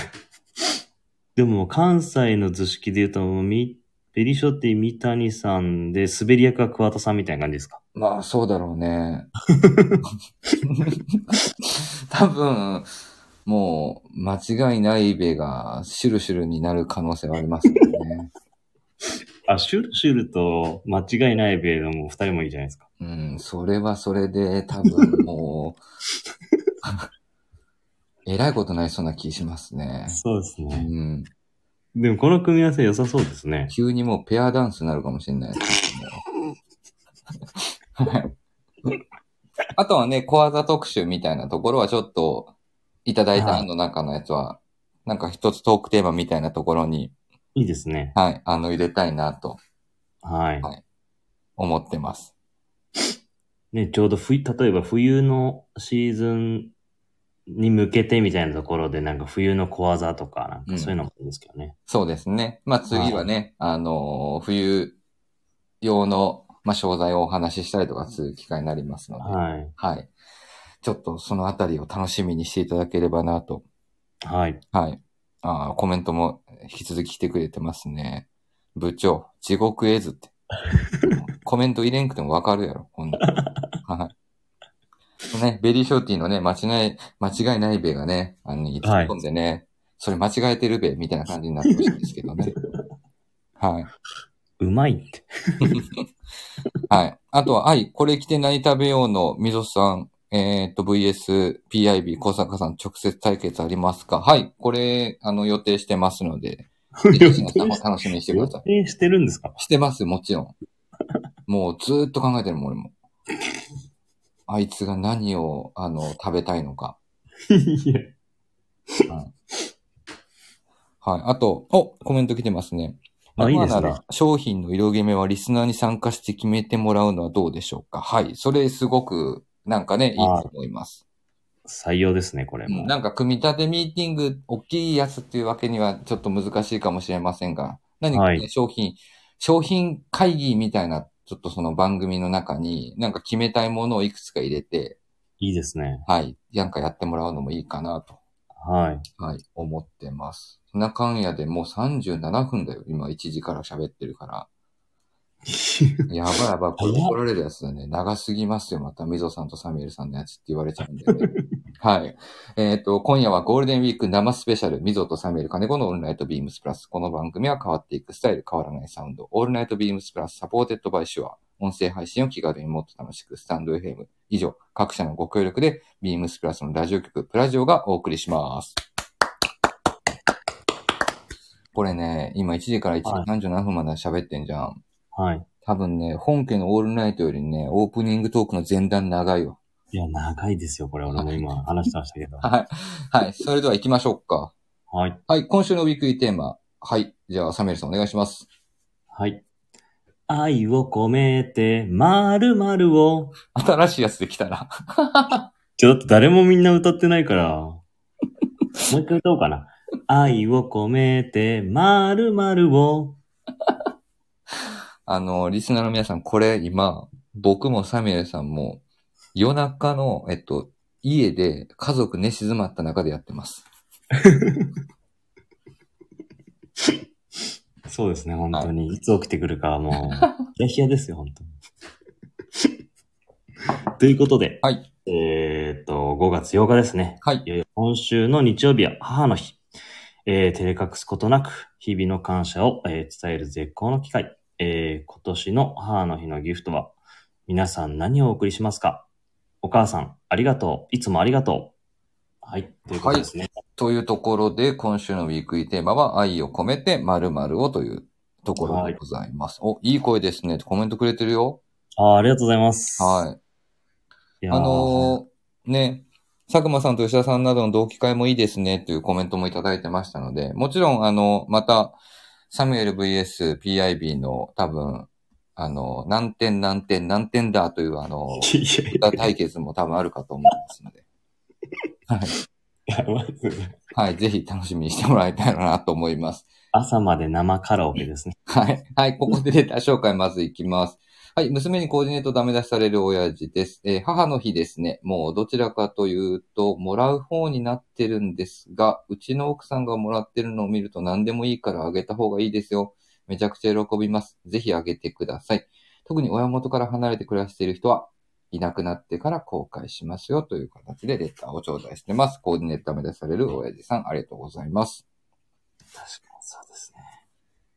S2: でも、関西の図式で言うと、みベリショティ三谷さんで、滑り役は桑田さんみたいな感じですか
S1: まあ、そうだろうね。多分、もう、間違いないべが、シュルシュルになる可能性はありますよね。
S2: あ、シュルシュルと間違いないベイドも二人もいいじゃないですか。
S1: うん、それはそれで、多分もう、 えらいことないそうな気しますね。
S2: そうです
S1: う。ん
S2: でもこの組み合わせ良さそうですね。
S1: 急にもうペアダンスになるかもしれない ですけどもはいあとはね、小技特集みたいなところはちょっと、いただいた案の中のやつは、なんか一つトークテーマみたいなところに、
S2: いいですね。
S1: はい、あの、入れたいなと
S2: はい。
S1: はい思ってます。
S2: ね、ちょうど冬、例えば冬のシーズンに向けてみたいなところで、なんか冬の小技とか、なんかそういうのもいいですけどね。
S1: そうですね。まあ次はね、あのー冬用の、まあ、商材をお話ししたりとかする機会になりますので、
S2: はい。
S1: はい。ちょっとそのあたりを楽しみにしていただければなと
S2: はい。
S1: はい。ああ、コメントも引き続き来てくれてますね。部長、地獄絵図って。コメント入れんくてもわかるやろ、ほんと。はい。ね、ベリーショーティーのね、間違い、間違いないべがね、あの、突っ込んでね、それ間違えてるべ、みたいな感じになってほしいんですけどね。はい。
S2: うまいって。
S1: はい。あとは、愛、これ着て何食べようの、みぞさん、えっ、と、VS、PIB、小坂さん、直接対決ありますかはい。これ、あの、予定してますので、
S2: 予定
S1: 皆さんも楽しみにしてく
S2: 予
S1: ださ
S2: 定してる んですか
S1: い。してます、もちろん。もう、ずーっと考えてるもん、俺も。あいつが何を、あの、食べたいのか。
S2: いや。
S1: はい。あと、お、コメント来てますね。
S2: あ、いい
S1: 今
S2: です
S1: な
S2: ね。
S1: ら、商品の色決めはリスナーに参加して決めてもらうのはどうでしょうかはい。それ、すごく、なんかね、いいと思います。
S2: 採用ですね、これも。
S1: なんか組み立てミーティング、大きいやつっていうわけにはちょっと難しいかもしれませんが、何かね、
S2: はい
S1: 商品、商品会議みたいな、ちょっとその番組の中に、なんか決めたいものをいくつか入れて、
S2: いいですね。
S1: はい、なんかやってもらうのもいいかなと、
S2: はい。
S1: はい、思ってます。そんなかんやでもう37分だよ。今1時から喋ってるから。やばいやばい、これ怒られるやつだね。長すぎますよ、また、みぞさんとサミュエルさんのやつって言われちゃうんだよね。はい。えっ、と、今夜はゴールデンウィーク生スペシャル、みぞとサミュエル金子のオールナイトビームスプラス。この番組は変わっていくスタイル、変わらないサウンド。オールナイトビームスプラス、サポーテッドバイシュア。音声配信を気軽にもっと楽しく、スタンド FM。以上、各社のご協力で、ビームスプラスのラジオ局、プラジオがお送りします。これね、今1時から1時
S2: はい
S1: 37分まで喋ってんじゃん。
S2: はい。
S1: 多分ね、本家のオールナイトよりね、オープニングトークの前段長いよ。
S2: いや、長いですよ、これ。俺も今話してましたけど。
S1: はい。はい。それでは行きましょうか。
S2: はい。
S1: はい。今週のウィークリーテーマ。はい。じゃあ、サミュエルさんお願いします。
S2: はい。愛を込めて、〇〇を。
S1: 新しいやつできたら。
S2: ちょっと誰もみんな歌ってないから。もう一回歌おうかな。愛を込めて、〇〇を。
S1: あの、リスナーの皆さん、これ今、僕もサミュエルさんも、夜中の、えっと、家で家族寝静まった中でやってます。
S2: そうですね、本当に。いつ起きてくるか、もう、ヒヤヒヤですよ、本当に。ということで、
S1: はい。
S2: えーっと、5月8日ですね。
S1: はい。
S2: えー今週の日曜日は母の日。えー照れ隠すことなく、日々の感謝を、えー伝える絶好の機会。えー今年の母の日のギフトは、皆さん何をお送りしますかお母さん、ありがとう。いつもありがとう。はい、ということですね。
S1: というところで、今週のウィークリーテーマは、愛を込めて〇〇をというところでございます。お、いい声ですね。コメントくれてるよ。
S2: あーありがとうございます。
S1: はいい。
S2: やー。
S1: あのーね、佐久間さんと吉田さんなどの同期会もいいですねというコメントもいただいてましたので、もちろん、あの、また、サミュエル VSPIB の多分、あの、何点何点何点だという、あの、
S2: いやいや
S1: 歌対決も多分あるかと思いますので。はい。
S2: やばいですね
S1: はい。ぜひ楽しみにしてもらいたいなと思います。
S2: 朝まで生カラオケですね。
S1: はい。はい。ここでレター紹介まずいきます。 はい。娘にコーディネートダメ出しされる親父です。えー母の日ですね。もうどちらかというと、もらう方になってるんですが、うちの奥さんがもらってるのを見ると何でもいいからあげた方がいいですよ。めちゃくちゃ喜びます。ぜひあげてください。特に親元から離れて暮らしている人はいなくなってから後悔しますよという形でレターを頂戴してます。コーディネートダメ出しされる親父さん、ありがとうございます。
S2: 確かにそうですね。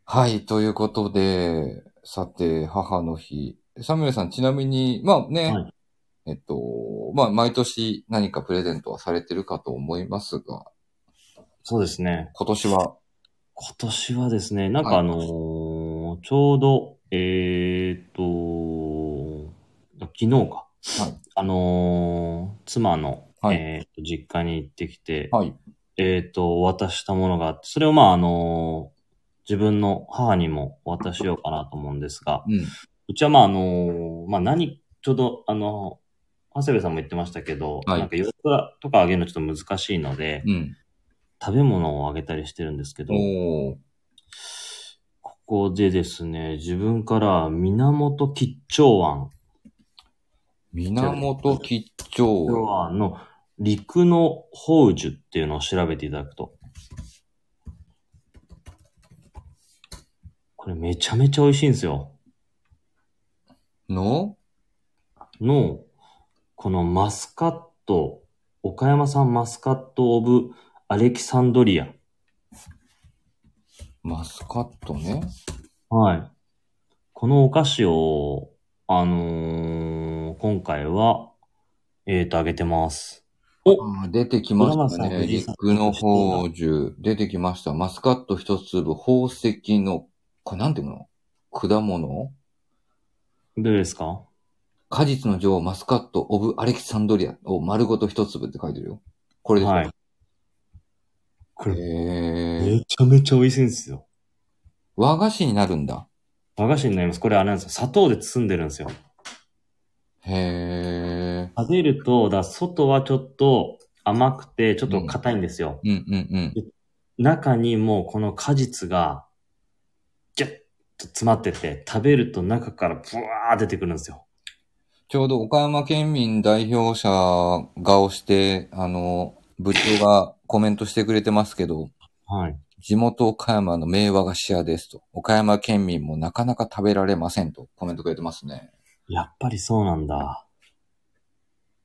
S1: はい、ということで、さて、母の日。サミュエルさん、ちなみに、まあね、
S2: はい
S1: えっと、まあ、毎年何かプレゼントはされてるかと思いますが、
S2: そうですね。
S1: 今年は、
S2: 今年はですね、なん
S1: は
S2: か
S1: い
S2: あのーちょうど、えーっと、昨日か。
S1: はい
S2: あのー妻の、
S1: はい
S2: えーっと実家に行ってきて、
S1: はい、
S2: えーっと、お渡ししたものがあって、それをまああのー自分の母にもお渡ししようかなと思うんですが、
S1: うん、
S2: うちはまああの、まあ何、ちょうどあの、長谷部さんも言ってましたけど、
S1: はい
S2: なんか洋服とかあげるのちょっと難しいので、
S1: うん。
S2: 食べ物をあげたりしてるんですけど、
S1: おー
S2: ここでですね、自分から源吉兆庵、
S1: 源吉
S2: こ
S1: 兆
S2: れ
S1: 庵。
S2: はあの陸の宝珠っていうのを調べていただくと、これめちゃめちゃ美味しいんですよ。
S1: の
S2: の、このマスカット、岡山産マスカット・オブ・アレキサンドリア。
S1: マスカットね。
S2: はい。このお菓子を、あのー今回は、えっ、と、あげてます。
S1: あー出てきました
S2: ドラマ
S1: ね。
S2: さ藤井さん
S1: 陸の宝珠。出てきました。マスカット一粒、宝石の、これなんていうの果物
S2: どうですか
S1: 果実の女王マスカット・オブ・アレキサンドリアを丸ごと一粒って書いてるよ。これです
S2: はい
S1: ね。。
S2: こ
S1: へ
S2: れ、
S1: え
S2: めちゃめちゃ美味しいんですよ。
S1: 和菓子になるんだ。
S2: 和菓子になります。これあれなんですよ。砂糖で包んでるんですよ。
S1: へえ。
S2: 食べると、だ外はちょっと甘くて、ちょっと硬いんですよ。
S1: うんうん
S2: 中にもうこの果実が、ギュッと詰まってて、食べると中からブワー出てくるんですよ。
S1: ちょうど岡山県民代表者がをして、あの、部長がコメントしてくれてますけど、
S2: はい。
S1: 地元岡山の名和菓子屋ですと、岡山県民もなかなか食べられませんとコメントくれてますね。
S2: やっぱりそうなんだ。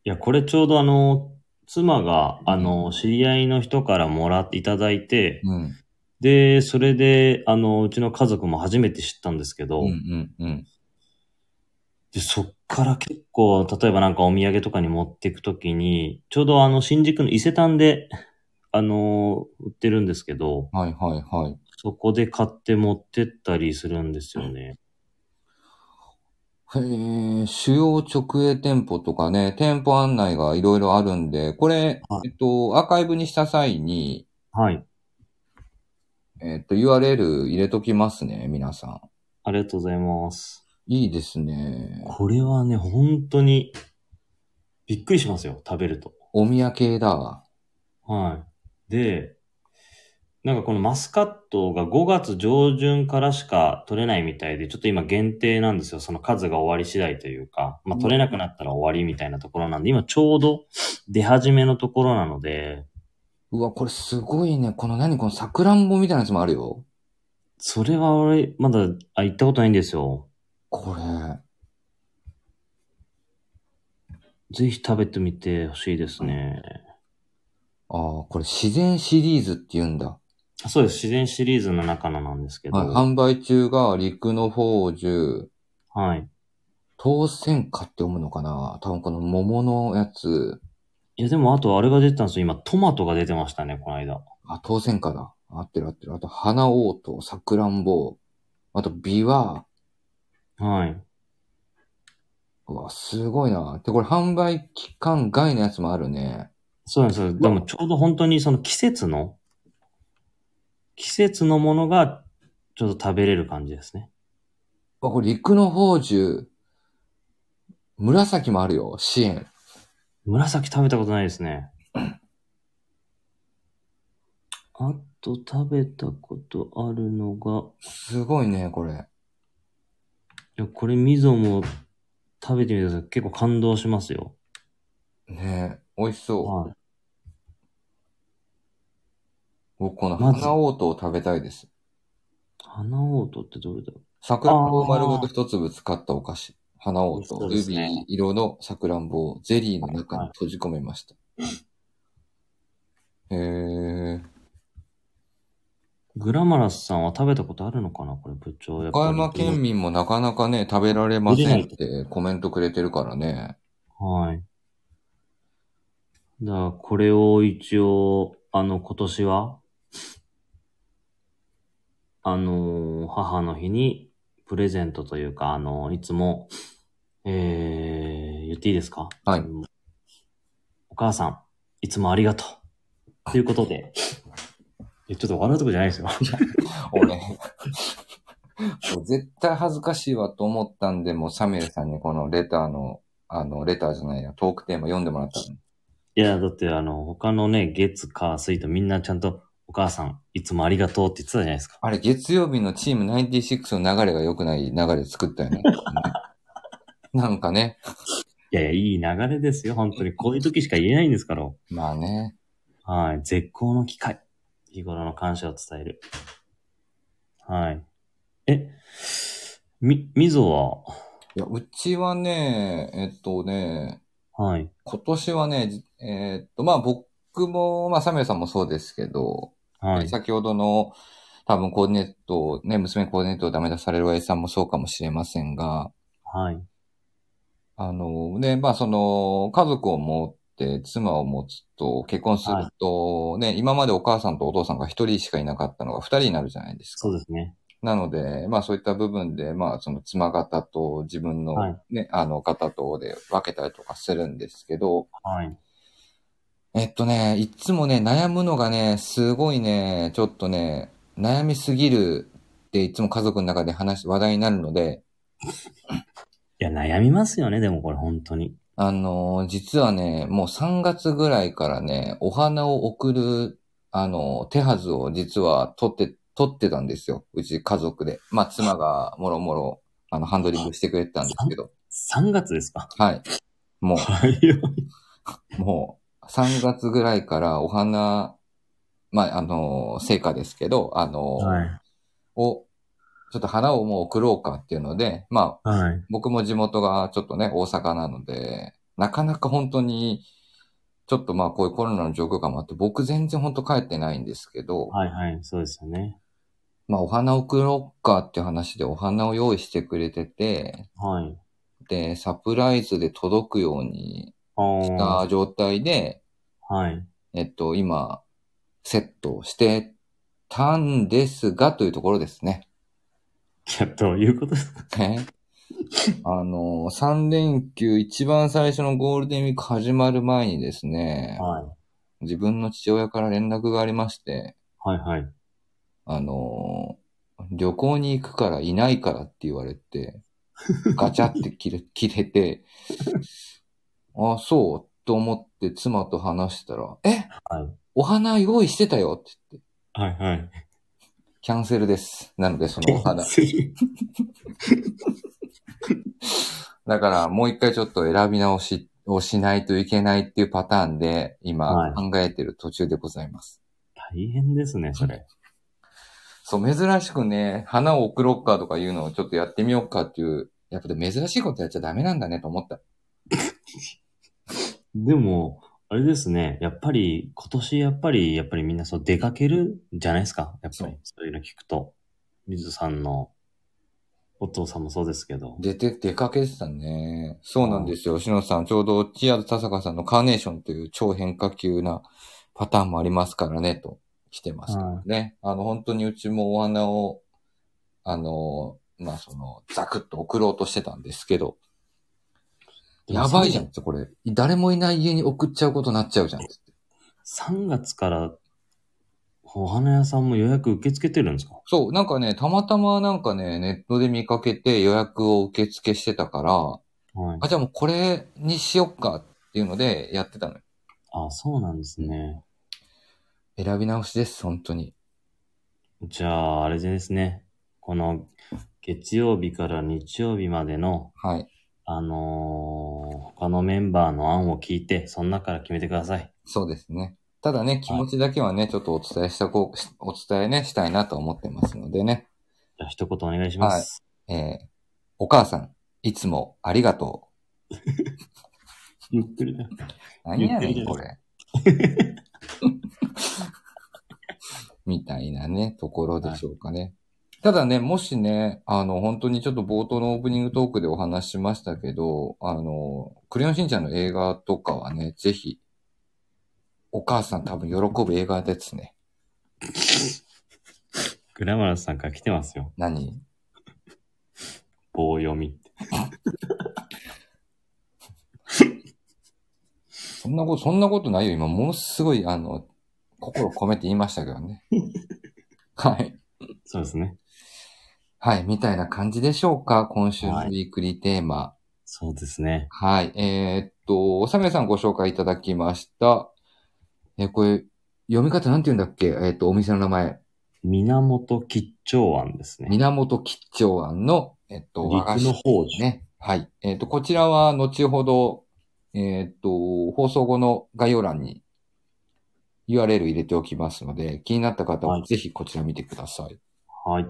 S2: いや、これちょうどあの、妻が、あの、知り合いの人からもらっていただいて、
S1: うん。
S2: で、それで、あの、うちの家族も初めて知ったんですけ
S1: う
S2: ど、
S1: んうんうん。
S2: で、そっから結構、例えばなんかお土産とかに持っていくときに、ちょうどあの、新宿の伊勢丹で、あの売ってるんですけど、
S1: はいはいはい。
S2: そこで買って持ってったりするんですよね。
S1: へー主要直営店舗とかね、店舗案内がいろいろあるんで、これ、
S2: は
S1: えっと、アーカイブにした際に、
S2: はい。
S1: えっと、URL 入れときますね、皆さ
S2: ありがとうございます。
S1: ん。いいですね。
S2: これはね、本当に、びっくりしますよ、食べると。
S1: お宮系だわ。
S2: はい。で、なんかこのマスカットが5月上旬からしか取れないみたいで、ちょっと今限定なんですよ。その数が終わり次第というか、まあ取れなくなったら終わりみたいなところなんで、今ちょうど出始めのところなので、
S1: うわ、これすごいね。この何この桜んぼみたいなやつもあるよ。
S2: それは俺、まだ、あ、行ったことないんですよ。
S1: これ。
S2: ぜひ食べてみてほしいですね。
S1: ああ、これ自然シリーズって言うんだ。
S2: あそうです。自然シリーズの中のなんですけど。
S1: はい、販売中が陸の宝珠、
S2: はい。
S1: 当選花って読むのかな多分この桃のやつ。
S2: いや、でもあとあれが出てたんですよ。今、トマトが出てましたね、この間。
S1: あ、当選花だ。合ってる合ってる。あと、花王と桜んぼ。あと、ビワ。
S2: はい。
S1: うわ、すごいな。で、これ販売期間外のやつもあるね。
S2: そうなんですよ。でもちょうど本当にその季節の、季節のものがちょっと食べれる感じですね。
S1: うわ、これ陸の宝珠。紫もあるよ。支援。
S2: 紫食べたことないですね。あと食べたことあるのが、
S1: すごいね、これ。
S2: いや、これみぞも食べてみてください。結構感動しますよ。
S1: ねえ、美味しそ
S2: は
S1: う。僕、この
S2: まず
S1: 花王とを食べたいです。
S2: い。花王とってどれだろう
S1: 桜んぼを丸ごと一粒使ったお菓子。花王
S2: そ
S1: と
S2: うです
S1: 指
S2: ね
S1: 色の桜んぼをゼリーの中に閉じ込めました。へえ。
S2: グラマラスさんは食べたことあるのかなこれ部長。やっ
S1: 岡
S2: ぱり
S1: 山県民もなかなかね、食べられませんっ
S2: 食
S1: てコメントくれてるからね。
S2: はい。だから、これを一応、あの、今年は、あのー、母の日にプレゼントというか、あのー、いつも、えー、言っていいですか
S1: はい
S2: うんお母さん、いつもありがとう。ということで。いやちょっと笑うとこじゃないですよ。
S1: 俺、 絶対恥ずかしいわと思ったんで、もうサミュエルさんにこのレターの、あの、レターじゃないや、トークテーマ読んでもらったの。
S2: いや、だってあの、他のね、月、火、水とみんなちゃんと、お母さん、いつもありがとうって言ってたじゃないですか。
S1: あれ、月曜日のチーム96の流れが良くない流れ作ったよね。 なんかね。
S2: いやいや、いい流れですよ、本当に。こういう時しか言えないんですから。
S1: まあね。
S2: はい。絶好の機会。日頃の感謝を伝える。はい。え、み、みぞ
S1: いや、うちはね、えっとね、
S2: は、はい。
S1: 今年はね、じえっと、まあ僕も、まあサミュエルさんもそうですけど、
S2: はい。
S1: 先ほどの多分コーディネート、ね、娘コーディネートをダメ出される親父さんもそうかもしれませんが、
S2: はい。
S1: あのね、まあその、家族を持って、妻を持つと、結婚すると、ね、今までお母さんとお父さんが一人しかいなかったのが二人になるじゃないですか。
S2: そうですね。
S1: なので、まあそういった部分で、まあその妻方と自分の
S2: はい
S1: ね、あの方とで分けたりとかするんですけど、
S2: はい。
S1: えっとね、いつもね、悩むのがね、すごいね、ちょっとね、悩みすぎるっていつも家族の中で話、話題になるので、
S2: いや、悩みますよね、でもこれ、本当に。
S1: あのー実はね、もう3月ぐらいからね、お花を送る、あのー手はずを実は取って、取ってたんですよ。うち家族で。まあ、妻がもろもろ、あの、ハンドリングしてくれてたんですけど。
S2: 3月ですか
S1: はい。も
S2: はい。
S1: う、もう、3月ぐらいからお花、まあ、あのー成果ですけど、あのー
S2: はい。
S1: を、ちょっと花をもう送ろうかっていうので、まあ、
S2: はい。
S1: 僕も地元がちょっとね、大阪なので、なかなか本当に、ちょっとまあこういうコロナの状況感もあって、僕全然本当帰ってないんですけど、
S2: はい。はい。そうですよね。
S1: まあお花送ろうかっていう話でお花を用意してくれてて、
S2: はい。
S1: で、サプライズで届くように
S2: あ
S1: し
S2: ー
S1: た状態で、
S2: はい。
S1: えっと、今、セットをしてたんですが、というところですね。
S2: いや、どういうことですか
S1: ね あの、3連休、一番最初のゴールデンウィーク始まる前にですね、
S2: は
S1: 自分の父親から連絡がありまして、
S2: い。はいはい。
S1: あの、旅行に行くからいないからって言われ て、ガチャって切れ切れて、あ、そうと思って妻と話したら、え、
S2: はい
S1: お花用意してたよって言って、
S2: はいはい。
S1: キャンセルです。なのでそのお 花。だからもう一回ちょっと選び直しをしないといけないっていうパターンで
S2: は
S1: 今
S2: い
S1: 考えてる途中でございます。
S2: 大変ですね、それ。
S1: そう、珍しくね、花を送ろうかとかいうのをちょっとやってみようかっていう、やっぱり珍しいことやっちゃダメなんだねと思った。
S2: でも、あれですね、やっぱり、今年やっぱり、やっぱりみんなそう出かけるんじゃないですか。やっぱ
S1: そ
S2: り
S1: う、
S2: そういうの聞くと。水さんのお父さんもそうですけど。
S1: 出て、出かけてたね。そうなんですよ。しのさん、ちょうどチアと田坂さんのカーネーションという超変化球なパターンもありますからね、と来てますけどね。あの、本当にうちもお花を、あの、まあ、その、ザクッと送ろうとしてたんですけど、やばいじゃんって、これ。誰もいない家に送っちゃうことになっちゃうじゃんって。
S2: 3月からお花屋さんも予約受け付けてるんですか
S1: そう、なんかね、たまたまなんかね、ネットで見かけて予約を受付してたから、
S2: はい。
S1: あ、じゃあもうこれにしよっかっていうのでやってたのよ。
S2: あ、そうなんですね。
S1: 選び直しです、本当に。
S2: じゃあ、あれですね。この月曜日から日曜日までの、
S1: はい。
S2: あのー他のメンバーの案を聞いて、その中から決めてください。
S1: そうですね。ただね、気持ちだけはね、ちょっとお伝えしたこう、しお伝えね、したいなと思ってますのでね。
S2: じゃあ、一言お願いします。
S1: えー、お母さん、いつもありがと
S2: ゆっくりだ。
S1: う。何やね
S2: 言
S1: ん、
S2: って
S1: こ
S2: る
S1: れ。 みたいなね、ところでしょうかね。ただね、もしね、あの、本当にちょっと冒頭のオープニングトークでお話ししましたけど、あの、クレヨンしんちゃんの映画とかはね、ぜひ、お母さん多分喜ぶ映画ですね。
S2: グラマラスさんから来てますよ。
S1: 何
S2: 棒読みって。
S1: そんなこと、そんなことないよ。今、ものすごい、あの、心込めて言いましたけど ね。はい。
S2: そうですね。
S1: はい、みたいな感じでしょうか。今週のウィークリーテーマ。
S2: そうですね。
S1: はい。えーっと、サメさんご紹介いただきました。えーこれ、読み方なんて言うんだっけえーっと、お店の名前。
S2: 源吉兆庵ですね。
S1: 源吉兆庵の、えーっと、和菓
S2: 陸
S1: 子
S2: の宝珠。
S1: ね。はい。えーっと、こちらは後ほど、えーっと、放送後の概要欄に URL 入れておきますので、気になった方
S2: は
S1: はいぜひこちら見てください。
S2: はい。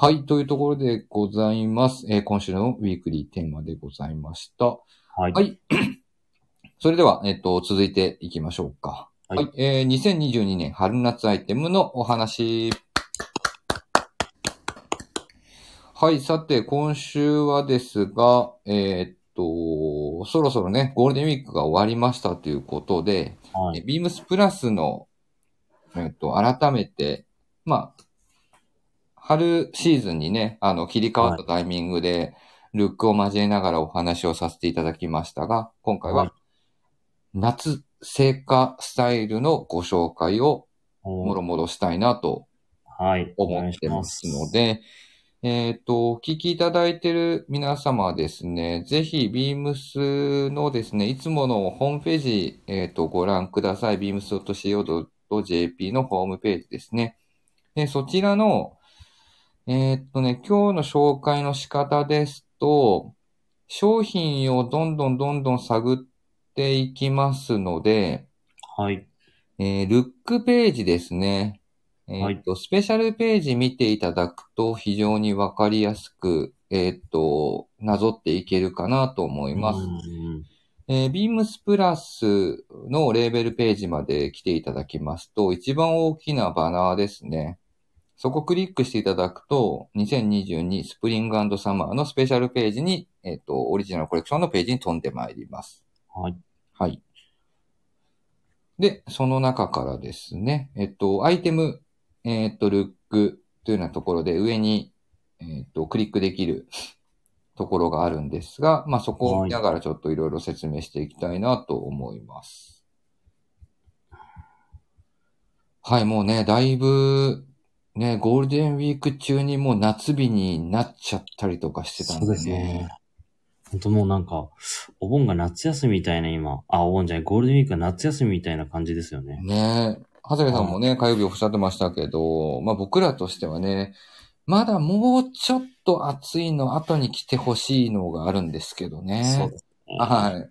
S1: はい。というところでございます。えー今週のウィークリーテーマでございました。
S2: はい。
S1: はい それでは、えっと、続いていきましょうか。は、
S2: はいい
S1: えー2022年春夏アイテムのお話。はい。さて、今週はですが、えーっと、そろそろね、ゴールデンウィークが終わりましたということで、
S2: は
S1: え
S2: い。
S1: ビームスプラスの、えっと、改めて、まあ、春シーズンにね、あの、切り替わったタイミングで、ルックを交えながらお話をさせていただきましたが、今回
S2: はい
S1: は、夏成果スタイルのご紹介をもろもろしたいなと
S2: はい。
S1: 思ってますので、えっ、と、お聞きいただいている皆様はですね、ぜひ、ビームスのですね、いつものホームページ、えっ、と、ご覧ください。beams.co.jp のホームページですね。で、そちらの、えっ、とね、今日の紹介の仕方ですと、商品をどんどんどんどん探っていきますので、
S2: はい。
S1: えールックページですね。えー
S2: はい
S1: っと、スペシャルページ見ていただくと非常にわかりやすく、えーっと、なぞっていけるかなと思います。
S2: うん
S1: えー、ビームスプラスのレーベルページまで来ていただきますと、一番大きなバナーですね。そこクリックしていただくと、2022スプリングサマーのスペシャルページに、えーっと、オリジナルコレクションのページに飛んでまいります。
S2: はい。
S1: はい。で、その中からですね、えっと、アイテム、えっと、ルックというようなところで上に、えっと、クリックできるところがあるんですが、まあそこを
S2: はい
S1: 見ながらちょっといろいろ説明していきたいなと思います。はい、もうね、だいぶ、ね、ゴールデンウィーク中にもう夏日になっちゃったりとかしてたん
S2: そうですね。本当もうなんか、お盆が夏休みみたいな今、あ、お盆じゃない、ゴールデンウィークが夏休みみたいな感じですよね。
S1: ねえ。長谷部さんもね、火曜日おっしゃってましたけど、まあ僕らとしてはね、まだもうちょっと暑いの後に来てほしいのがあるんですけどね。
S2: そうですね。
S1: はい。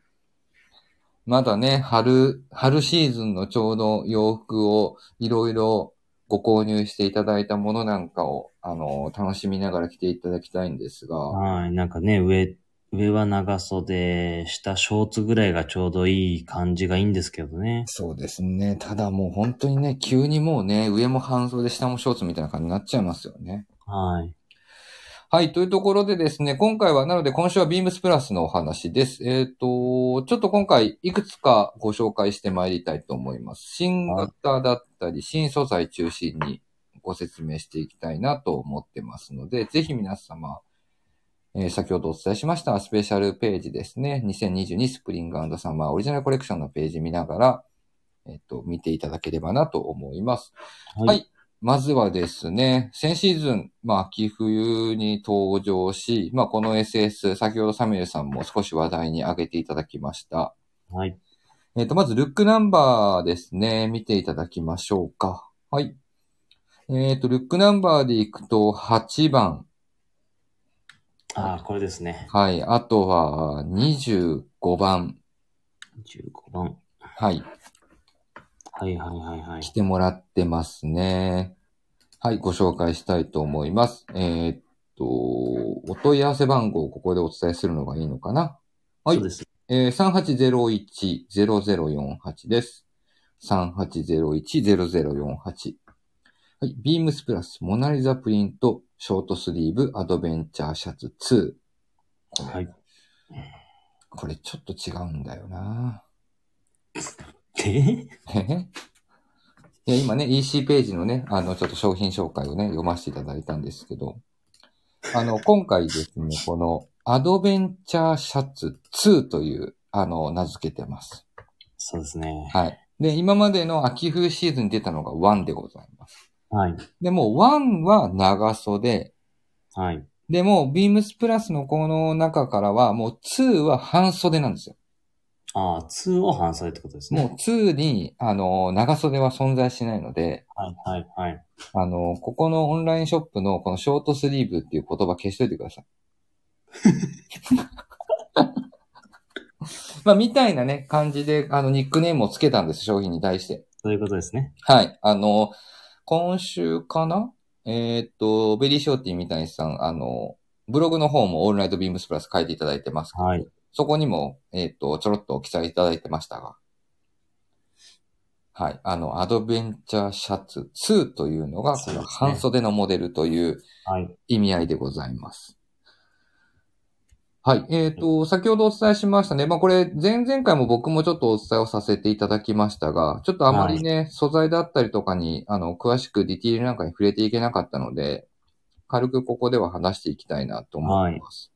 S1: まだね、春、春シーズンのちょうど洋服をいろいろご購入していただいたものなんかを、あの、楽しみながら着ていただきたいんですが、
S2: はい。なんかね、上、上は長袖、下ショーツぐらいがちょうどいい感じがいいんですけどね。
S1: そうですね。ただもう本当にね、急にもうね、上も半袖、下もショーツみたいな感じになっちゃいますよね。
S2: はい。
S1: はい。というところでですね、今回は、なので今週はビームスプラスのお話です。えっ、と、ちょっと今回いくつかご紹介してまいりたいと思います。新型だったり、新素材中心にご説明していきたいなと思ってますので、ぜひ皆様、えー先ほどお伝えしましたスペシャルページですね、2022スプリングサマーオリジナルコレクションのページ見ながら、えっ、と、見ていただければなと思います。
S2: はい
S1: はいまずはですね、先シーズン、まあ、秋冬に登場し、まあ、この SS、先ほどサミュエルさんも少し話題に挙げていただきました。
S2: はい。
S1: えっ、と、まず、ルックナンバーですね、見ていただきましょうか。はい。えっ、と、ルックナンバーでいくと、8番。
S2: ああ、これですね。
S1: はい。あとは、25番。
S2: 15番。
S1: はい。
S2: はいはいはいはい
S1: 来。てもらってますね。はい、ご紹介したいと思います。えーっと、お問い合わせ番号をここでお伝えするのがいいのかなはい
S2: そうです。
S1: えー、3801-0048です。3801-0048。はい、ビームスプラス、モナリザプリント、ショートスリーブ、アドベンチャーシャツ2。
S2: はい。
S1: これちょっと違うんだよな
S2: で、
S1: へへ いや、今ね、EC ページのね、あの、ちょっと商品紹介をね、読ませていただいたんですけど、あの、今回ですね、この、アドベンチャーシャツ2という、あの、名付けてます。
S2: そうですね。
S1: はい。で、今までの秋冬シーズンに出たのが1でございます。
S2: はい。
S1: で、もう1は長袖。
S2: はい。
S1: で、もうビームスプラスのこの中からは、もう2は半袖なんですよ。
S2: ああ、2を反射ってことですね。
S1: もう2に、あの、長袖は存在しないので、
S2: はいはいはい。
S1: あの、ここのオンラインショップのこのショートスリーブっていう言葉消しといてください。 まあ、みたいなね、感じで、あの、ニックネームをつけたんです、商品に対して。
S2: そういうことですね。
S1: はい。あの、今週かなえーっと、ベリーショーティーみたいさん、あの、ブログの方もオールナイトビームスプラス書いていただいてますけど、
S2: はい。
S1: そこにも、えーっと、ちょろっと記載いただいてましたが、はい。あの、アドベンチャーシャツ2というのが、こ
S2: そうで
S1: の
S2: すね
S1: 半袖のモデルという
S2: はい。
S1: 意味合いでございます。はい。えっ、と、先ほどお伝えしましたね。まあ、これ、前々回も僕もちょっとお伝えをさせていただきましたが、ちょっとあまりね、素材だったりとかに、あの、詳しくディティールなんかに触れていけなかったので、軽くここでは話していきたいなと思います。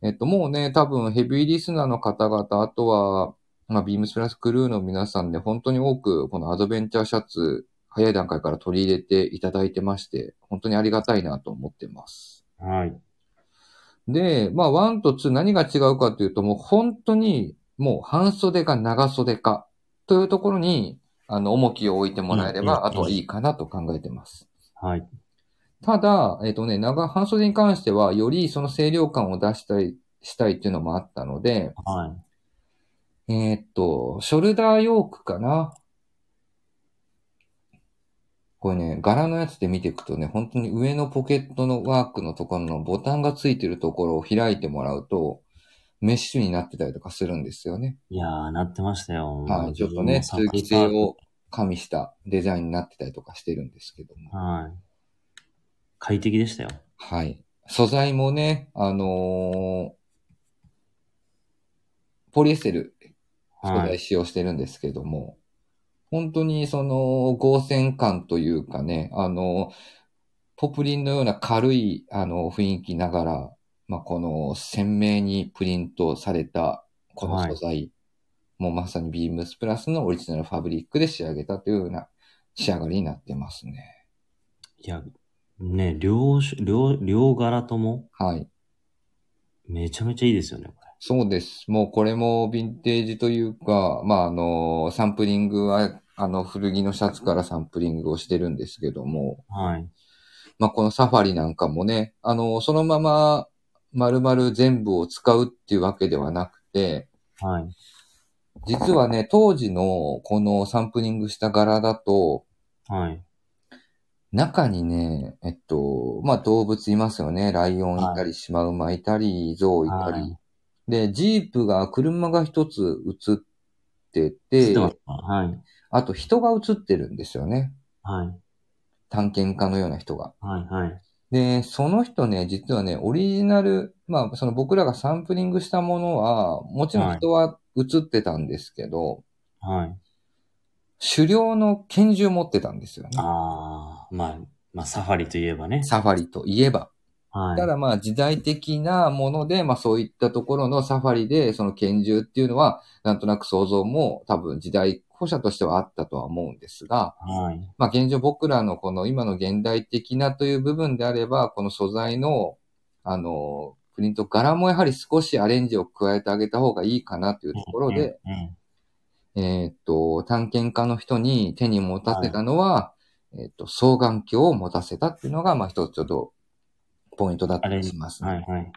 S1: えっと、もうね、多分ヘビーリスナーの方々、あとは、まあ、ビームスプラスクルーの皆さんで、本当に多く、このアドベンチャーシャツ、早い段階から取り入れていただいてまして、本当にありがたいなと思ってます。
S2: はい。
S1: で、まあ、1と2何が違うかというと、もう本当に、もう半袖か長袖かというところに、あの、重きを置いてもらえれ
S2: うんうん
S1: ば、
S2: う
S1: あ
S2: ん
S1: とはいいかなと考えてます。
S2: はい。
S1: ただ、えっ、とね、長、半袖に関しては、よりその清涼感を出したい、したいっていうのもあったので、
S2: はい。
S1: えっ、と、ショルダーヨークかな。これね、柄のやつで見ていくとね、本当に上のポケットのワークのところのボタンがついてるところを開いてもらうと、メッシュになってたりとかするんですよね。
S2: いやー、なってましたよ。
S1: はい、ちょっとね、通気性を加味したデザインになってたりとかしてるんですけども。
S2: はい。快適でしたよ。
S1: はい。素材もね、あのーポリエステル素
S2: は
S1: 材
S2: い。
S1: 使用してるんですけども、本当にその合成感というかね、あの、ポプリンのような軽いあの雰囲気ながら、まあ、この鮮明にプリントされたこの素材、もうまさにビームスプラスのオリジナルファブリックで仕上げたというような仕上がりになってますね。
S2: いや、ね、両種、両、両柄とも、
S1: はい。
S2: めちゃめちゃいいですよね、こ
S1: そうです。もうこれもヴィンテージというか、まあ、あの、サンプリングは、あの、古着のシャツからサンプリングをしてるんですけども、
S2: れ。はい。
S1: まあ、このサファリなんかもね、あの、そのまま、丸々全部を使うっていうわけではなくて、
S2: はい。
S1: 実はね、当時のこのサンプリングした柄だと、
S2: はい。
S1: 中にね、えっと、まあ、動物いますよね。ライオンいたり、シマウマいたり、ゾウいた
S2: は
S1: り
S2: い。
S1: で、ジープが、車が一つ映って
S2: 知
S1: て
S2: って、ますかはい。
S1: あと人が映ってるんですよね。
S2: はい。
S1: 探検家のような人が。
S2: はい。はい。
S1: で、その人ね、実はね、オリジナル、まあ、その僕らがサンプリングしたものは、もちろん人は映ってたんですけど、
S2: はい。
S1: 狩猟の拳銃を持ってたんですよね。
S2: あー、まあ、まあ、サファリといえばね。
S1: サファリといえば。
S2: はい。
S1: ただまあ時代的なもので、まあそういったところのサファリでその拳銃っていうのは、なんとなく想像も多分時代保者としてはあったとは思うんですが、
S2: はい。
S1: まあ現状僕らのこの今の現代的なという部分であれば、この素材の、あの、プリント柄もやはり少しアレンジを加えてあげた方がいいかなというところで、
S2: うん、うん。
S1: えーっと、探検家の人に手に持たせたのは、えーっと、双眼鏡を持たせたっていうのが、まあ一つちょっと、ポイントだったりします、ね
S2: はいはい。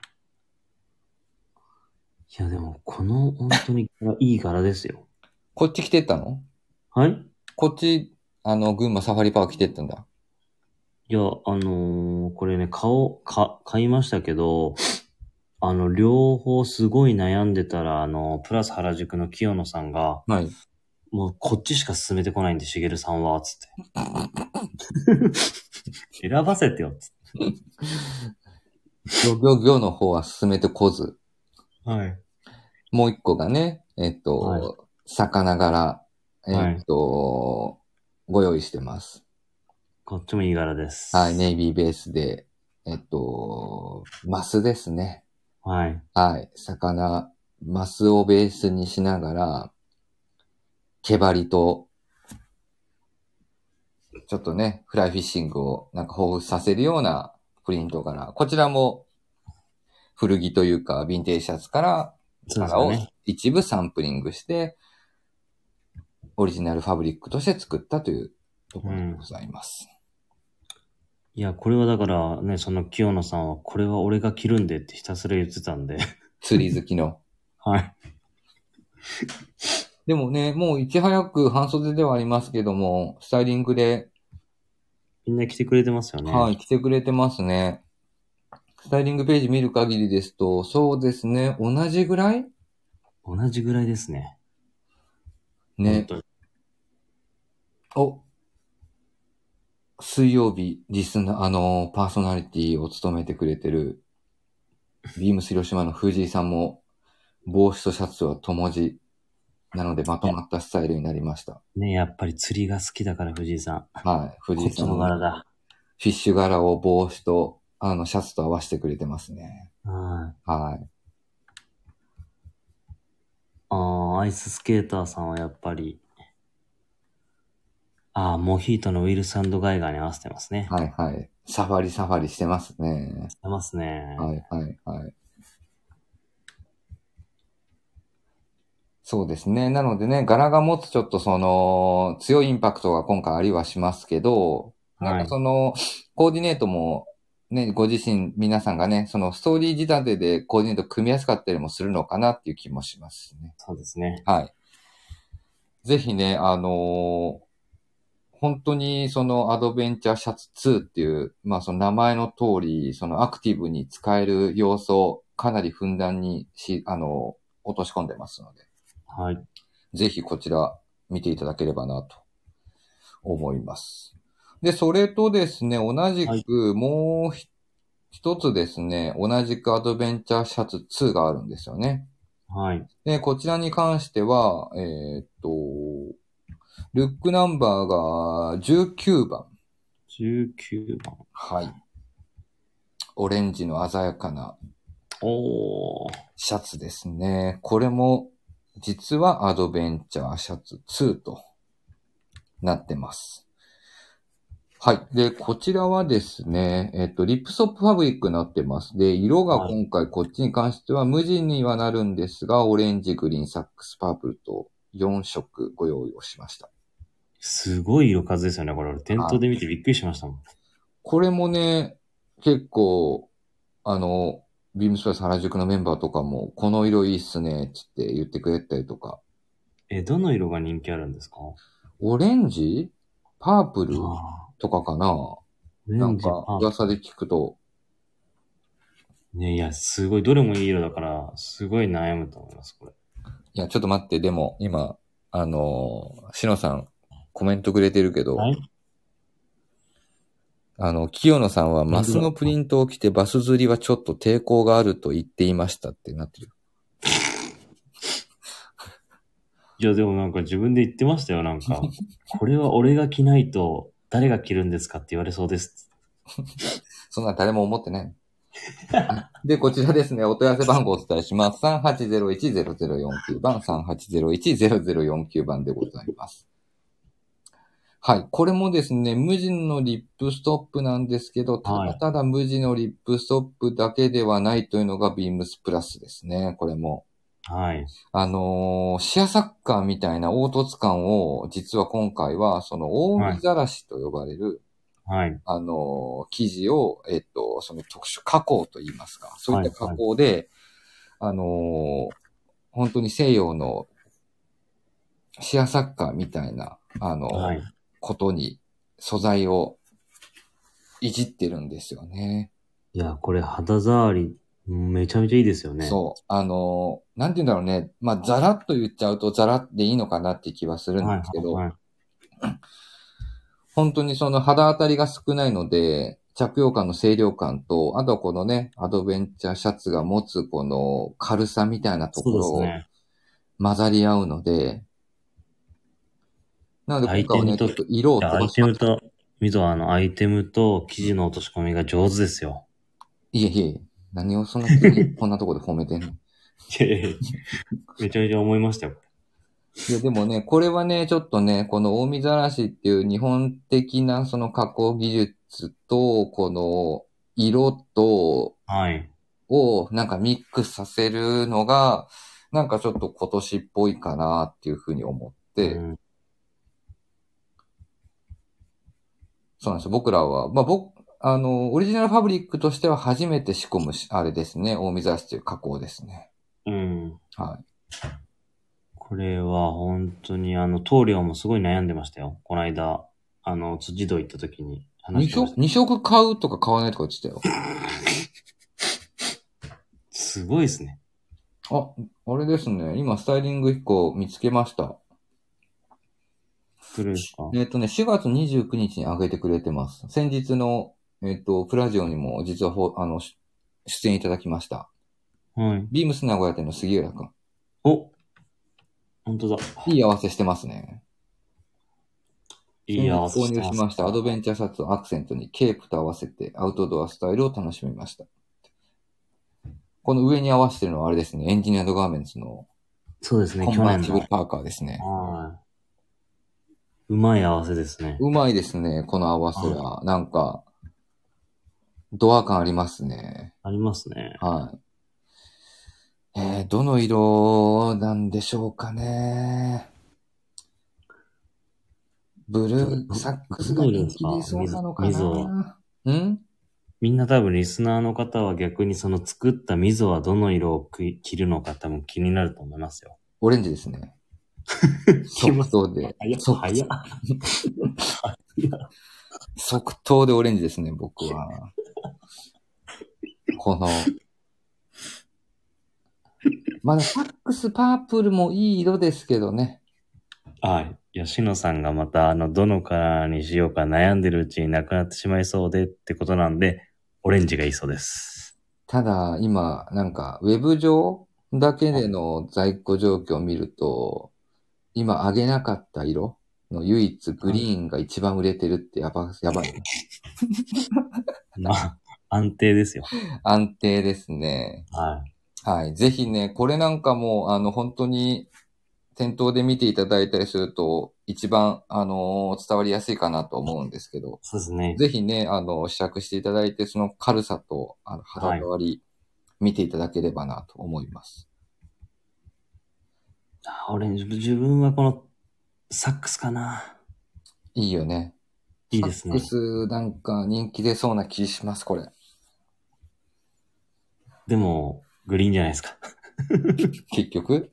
S2: いやでも、この本当に柄いい柄ですよ。
S1: こっち来てったの
S2: はい
S1: こっち、あの、群馬サファリパーク来てったんだ。
S2: いや、あのーこれね、顔、か、買いましたけど、あの、両方すごい悩んでたら、あの、プラス原宿の清野さんが、
S1: はい。
S2: もうこっちしか進めてこないんで、しげるさんは、つって。選ばせてよ、つって。
S1: 漁業業の方は進めてこず。
S2: はい。
S1: もう一個がね、えっと、
S2: はい
S1: 魚柄、えっと、ご用意してます。
S2: こっちもいい柄です。
S1: はい、。ネイビーベースで、えっと、マスですね。
S2: はい。
S1: はい、魚、マスをベースにしながら、毛針と、ちょっとね、フライフィッシングをなんか彷彿させるようなプリントから、こちらも古着というか、ヴィンテージシャツから、
S2: そうです
S1: 柄
S2: よ
S1: を
S2: ね。
S1: 一部サンプリングして、オリジナルファブリックとして作ったというところでございます。
S2: いや、これはだからね、その清野さんは、これは俺が着るんでってひたすら言ってたんで。
S1: 釣り好きの。
S2: はい。
S1: でもね、もういち早く半袖ではありますけども、スタイリングで
S2: みんな着てくれてますよね。
S1: はい、来てくれてますね。スタイリングページ見る限りですと、そうですね、同じぐらい
S2: 同じぐらいですね。
S1: ね
S2: 本。当に
S1: お、水曜日、リスナー、あのーパーソナリティを務めてくれてる、ビームス広島の藤井さんも、帽子とシャツは友字。なので、まとまったスタイルになりました。
S2: ね、やっぱり釣りが好きだから、藤井さん。
S1: はい、藤
S2: こ
S1: 井
S2: っち
S1: さん
S2: の
S1: も
S2: 柄だ。
S1: フィッシュ柄を帽子と、あの、シャツと合わせてくれてますね。
S2: はい。
S1: はい。
S2: ああ、アイススケーターさんはやっぱり、ああ、モヒートのウィルサンドガイガーに合わせてますね。合っ
S1: はい、はい。サファリサファリしてますね。
S2: てますね。
S1: はいはいはい。そうですね。なのでね、柄が持つちょっとその強いインパクトが今回ありはしますけど、なん
S2: は
S1: か
S2: い
S1: そのコーディネートもね、ご自身皆さんがね、そのストーリー仕立てでコーディネート組みやすかったりもするのかなっていう気もしますしね。
S2: そうですね。
S1: はい。ぜひね、あのー本当にそのアドベンチャーシャツ2っていう、まあその名前の通り、そのアクティブに使える要素をかなりふんだんにし、あのー落とし込んでますので、
S2: はい。
S1: ぜひこちら見ていただければなと思います。で、それとですね、同じ
S2: はい
S1: くもうひ一つですね、同じくアドベンチャーシャツ2があるんですよね。
S2: はい。
S1: で、こちらに関しては、えーっと、ルックナンバーが19番。
S2: 19番。
S1: はい。オレンジの鮮やかな
S2: おー。
S1: シャツですね。これも、実はアドベンチャーシャツ2となってます。はい。で、こちらはですね、えっと、リップソップファブリックになってます。で、色が今回こっちに関しては無地にはなるんですが、オレンジ、グリーン、サックス、パープルと4色ご用意をしました。
S2: すごい色数ですよね。これ、俺、店頭で見てびっくりしましたもん。
S1: これもね、結構、あの、ビームスプラス原宿のメンバーとかも、この色いいっすね、つって言ってくれたりとか、
S2: え、どの色が人気あるんですか
S1: オレンジパープル
S2: あ
S1: とかかな
S2: ーオレ
S1: な
S2: ン
S1: ん
S2: ジパ
S1: か、
S2: ー
S1: 噂で聞くと、
S2: ね、いや、すごい、どれもいい色だから、すごい悩むと思います、これ。
S1: いや、ちょっと待って、でも、今、あのー、しのさん、コメントくれてるけど、
S2: はい
S1: あの、清野さんは、
S2: 当だ
S1: マスのプリントを着て、バス釣りはちょっと抵抗があると言っていましたってなってる。
S2: いや、でもなんか自分で言ってましたよ、なん か。これは俺が着ないと、誰が着るんですかって言われそうです。
S1: そんな誰も思ってない。 で、こちらですね、お問い合わせ番号をお伝えします。3801-0049番、3801-0049番でございます。はい。これもですね、無地のリップストップなんですけど、た
S2: は
S1: だ
S2: い
S1: ただ無地のリップストップだけではないというのがビームスプラスですね、これも。
S2: はい。
S1: あのーシアサッカーみたいな凹凸感を、実は今回は、その、大見ざらしと呼ばれる、
S2: はい。
S1: あの、記事を、えっと、その特殊加工といいますか、そういった加工で、あの、本当に西洋のシアサッカーみたいな、あの、
S2: はい。
S1: ことに素材をいじってるんですよね。
S2: いや、これ肌触り、めちゃめちゃいいですよね。
S1: そう。あの、なんて言うんだろうね。まあ、ザラッと言っちゃうとザラッでいいのかなって気はするん
S2: はい
S1: ですけど、
S2: はいはい
S1: 本当にその肌当たりが少ないので、着用感の清涼感と、あとこのね、アドベンチャーシャツが持つこの軽さみたいなとこ
S2: そうで
S1: ろ
S2: す
S1: を
S2: ね。
S1: 混ざり合うので、なので今回はね、
S2: 相
S1: ちょ
S2: 手に
S1: っ
S2: と
S1: と色を
S2: いや
S1: 飛
S2: ア
S1: ば
S2: イ
S1: し
S2: テ
S1: ま
S2: ム
S1: した。
S2: と、みぞあの、アイテムと生地の落とし込みが上手ですよ。
S1: いえいえ、何をそんな急 にこんなとこで褒めてんの
S2: いやいやいやめちゃめちゃ思いましたよ。
S1: いや、でもね、これはね、ちょっとね、この大見ざらしっていう日本的なその加工技術と、この色と、
S2: はい。
S1: をなんかミックスさせるのが、なんかちょっと今年っぽいかなっていうふうに思って、
S2: うん
S1: そうなんですよ。僕らは、まあ僕、あの、オリジナルファブリックとしては初めて仕込むし、あれですね、大見ざらしという加工ですね。
S2: うん。
S1: はい。
S2: これは本当に、あの、棟梁もすごい悩んでましたよ。この間、あの、辻堂行った時に
S1: 2
S2: 話しま
S1: 色
S2: し、た。
S1: 二色買うとか買わないとか言ってたよ。
S2: すごいですね。
S1: あ、あれですね。今、スタイリング1個見つけました。
S2: 来るですか
S1: えっ、とね、4月29日に上げてくれてます。先日の、えっ、と、プラジオにも実はほ、あの、し出演いただきました。
S2: はい。
S1: ビームス名古屋店の杉浦くん。
S2: お本当だ。
S1: いい合わせしてますね。
S2: いいや、
S1: 購入しました。アドベンチャーシャツをアクセントにケープと合わせてアウトドアスタイルを楽しみました。この上に合わせてるのはあれですね。エンジニアードガーメンツの
S2: そうですね、
S1: コン
S2: 去
S1: バー
S2: 年
S1: チブ
S2: の。
S1: パーカーですね。
S2: はい。うまい合わせですね。
S1: うまいですね、この合わせは。なんか、ドア感ありますね。
S2: ありますね。
S1: はい。えー、どの色なんでしょうかね。ブルー、サックスが人気出そうなのか
S2: どうなん
S1: な。ん
S2: みんな多分リスナーの方は逆にその作った溝はどの色をくい着るのか多分気になると思いますよ。
S1: オレンジですね。
S2: 気持
S1: 即
S2: ち
S1: 答で。
S2: 早っ。
S1: 即
S2: 早っ。
S1: 即答でオレンジですね、僕は。この。まだサックスパープルもいい色ですけどね。
S2: はい。吉野さんがまた、あの、どのカラーにしようか悩んでるうちになくなってしまいそうでってことなんで、オレンジがいいそうです。
S1: ただ、今、なんか、ウェブ上だけでの在庫状況を見ると、今上げなかった色の唯一グリーンが一番売れてるってやば、やばいね。
S2: まあ、安定ですよ。
S1: 安定ですね。
S2: はい。
S1: はい。ぜひね、これなんかも、あの、本当に、店頭で見ていただいたりすると、一番、あのー伝わりやすいかなと思うんですけど、
S2: そうですね。
S1: ぜひね、あの、試着していただいて、その軽さと、あの、肌触り、見ていただければなと思います。
S2: あ俺、自分はこの、サックスかな。
S1: いいよね。
S2: いいですね
S1: サックスなんか人気出そうな気します、これ。
S2: でも、グリーンじゃないですか。
S1: 結局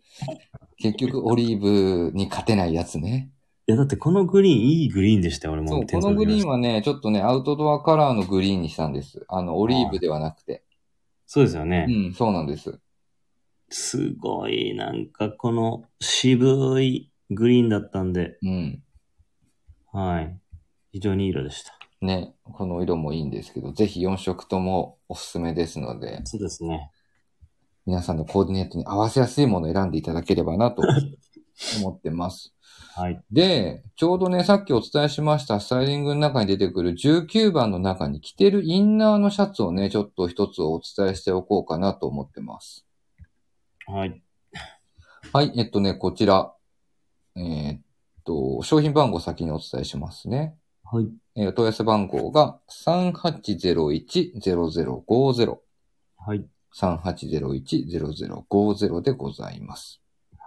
S1: 結 局オリーブに勝てないやつね。
S2: いや、だってこのグリーン、いいグリーンでしたよ、俺も。
S1: そう、こ
S2: 店頭
S1: の
S2: で
S1: グリ
S2: 見
S1: ーン
S2: ました
S1: はね、ちょっとね、アウトドアカラーのグリーンにしたんです。あの、オリーブではなくて。
S2: そうですよね。
S1: うん、そうなんです。
S2: すごい、なんかこの渋いグリーンだったんで、
S1: うん。
S2: はい。非常にいい色でした。
S1: ね、この色もいいんですけど、ぜひ4色ともおすすめですので、
S2: そうですね。
S1: 皆さんのコーディネートに合わせやすいものを選んでいただければ なと思ってます。
S2: はい。
S1: で、ちょうどね、さっきお伝えしましたスタイリングの中に出てくる19番の中に着てるインナーのシャツをね、ちょっと一つお伝えしておこうかなと思ってます。
S2: はい。
S1: はい、えっとね、こちら。えーっと、商品番号先にお伝えしますね。
S2: はい。
S1: えーお問い合わせ番号が3801-0050。
S2: はい。
S1: 3801-0050でございます。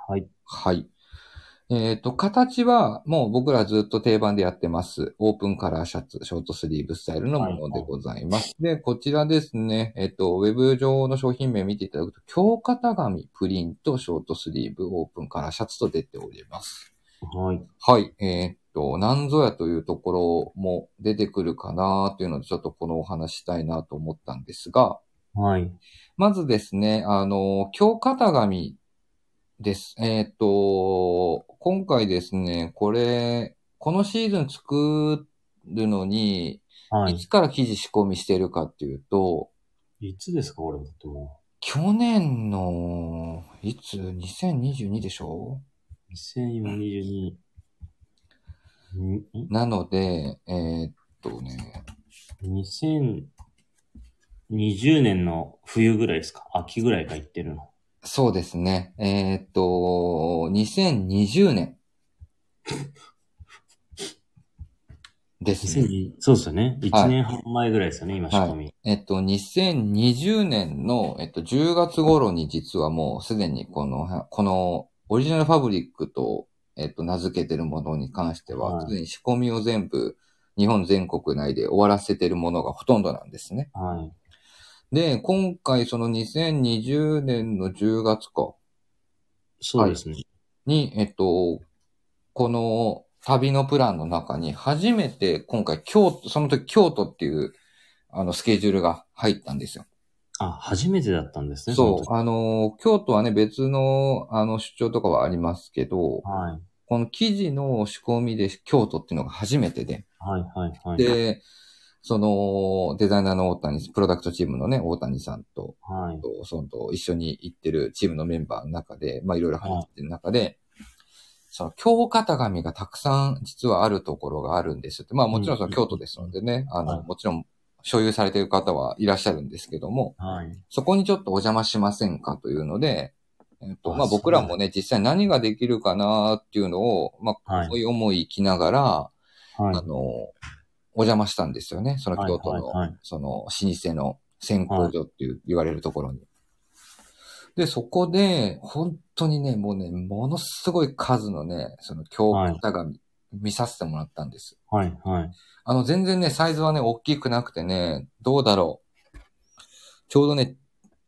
S2: はい。
S1: はい。えっ、と、形はもう僕らずっと定番でやってます。オープンカラーシャツ、ショートスリーブスタイルのものでございます。で、こちらですね、えっ、と、ウェブ上の商品名見ていただくと、強型紙、プリント、ショートスリーブ、オープンカラーシャツと出ております。
S2: はい。
S1: はい。えーっと、なんぞやというところも出てくるかなというので、ちょっとこのお話したいなと思ったんですが、
S2: はい。
S1: まずですね、あの、強型紙です。えーっと、今回ですね、これ、このシーズン作るのに、
S2: はいい。
S1: つから生地仕込みしてるかっていうと、
S2: いつですか、俺だっても
S1: 去年の、いつ ?2022 でしょ
S2: う。2022。にん
S1: なので、えーっとね、
S2: 2020年の冬ぐらいですか秋ぐらいか行ってるの。
S1: そうですね。えーっと、2020年。ですね。
S2: 2020そうですよね。
S1: はい
S2: 1年半前ぐらいですよね、今仕込み。
S1: えっと、2020年の、えっと、10月頃に実はもうすでにこの、はこのオリジナルファブリックと、えっと、名付けてるものに関しては、
S2: はい
S1: すでに仕込みを全部日本全国内で終わらせてるものがほとんどなんですね。
S2: はい。
S1: で、今回その2020年の10月か、
S2: そうですね。
S1: に、えっと、この旅のプランの中に初めて今回京都、その時京都っていうあのスケジュールが入ったんですよ。
S2: あ、初めてだったんですね、の
S1: そ
S2: 時
S1: う。あの、京都はね、別のあの出張とかはありますけど、
S2: はい。
S1: この記事の仕込みで京都っていうのが初めてで、
S2: はいはいはい。
S1: で、そのデザイナーの大谷、プロダクトチームのね、大谷さんと、
S2: はい。
S1: と、そのと一緒に行ってるチームのメンバーの中で、まあいろいろ話してる中で、その京型紙がたくさん実はあるところがあるんですよって。まあもちろんその京都ですのでね、あの、
S2: はい
S1: もちろん所有されている方はいらっしゃるんですけども、
S2: はい。
S1: そこにちょっとお邪魔しませんかというので、えっと、
S2: あ
S1: まあ
S2: そう
S1: 僕らもね、実際何ができるかなっていうのを、ま
S2: は
S1: あ
S2: い
S1: そういう思い生きながら、
S2: はい。
S1: あの、お邪魔したんですよね。その京都の、
S2: はいはいはい
S1: その老舗の線工所っていう、言われるところに。で、そこで、本当にね、もうね、ものすごい数のね、その京型紙、見させてもらったんです。
S2: はいはい。
S1: あの、全然ね、サイズはね、大きくなくてね、どうだろう。ちょうどね、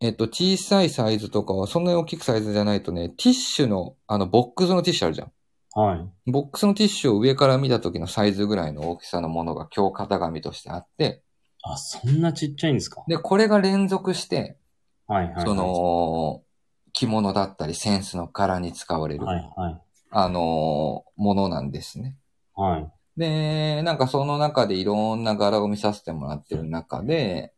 S1: えっと、小さいサイズとかは、そんなに大きくサイズじゃないとね、ティッシュの、あの、ボックスのティッシュあるじゃん。
S2: はい。
S1: ボックスのティッシュを上から見た時のサイズぐらいの大きさのものが強型紙としてあって、
S2: あ、そんなちっちゃいんですか
S1: で、これが連続して、
S2: はいはいはい。
S1: そ、の、着物だったり、センスの柄に使われる、
S2: はいはい。
S1: あのー、ものなんですね。
S2: はい。
S1: で、なんかその中でいろんな柄を見させてもらってる中で、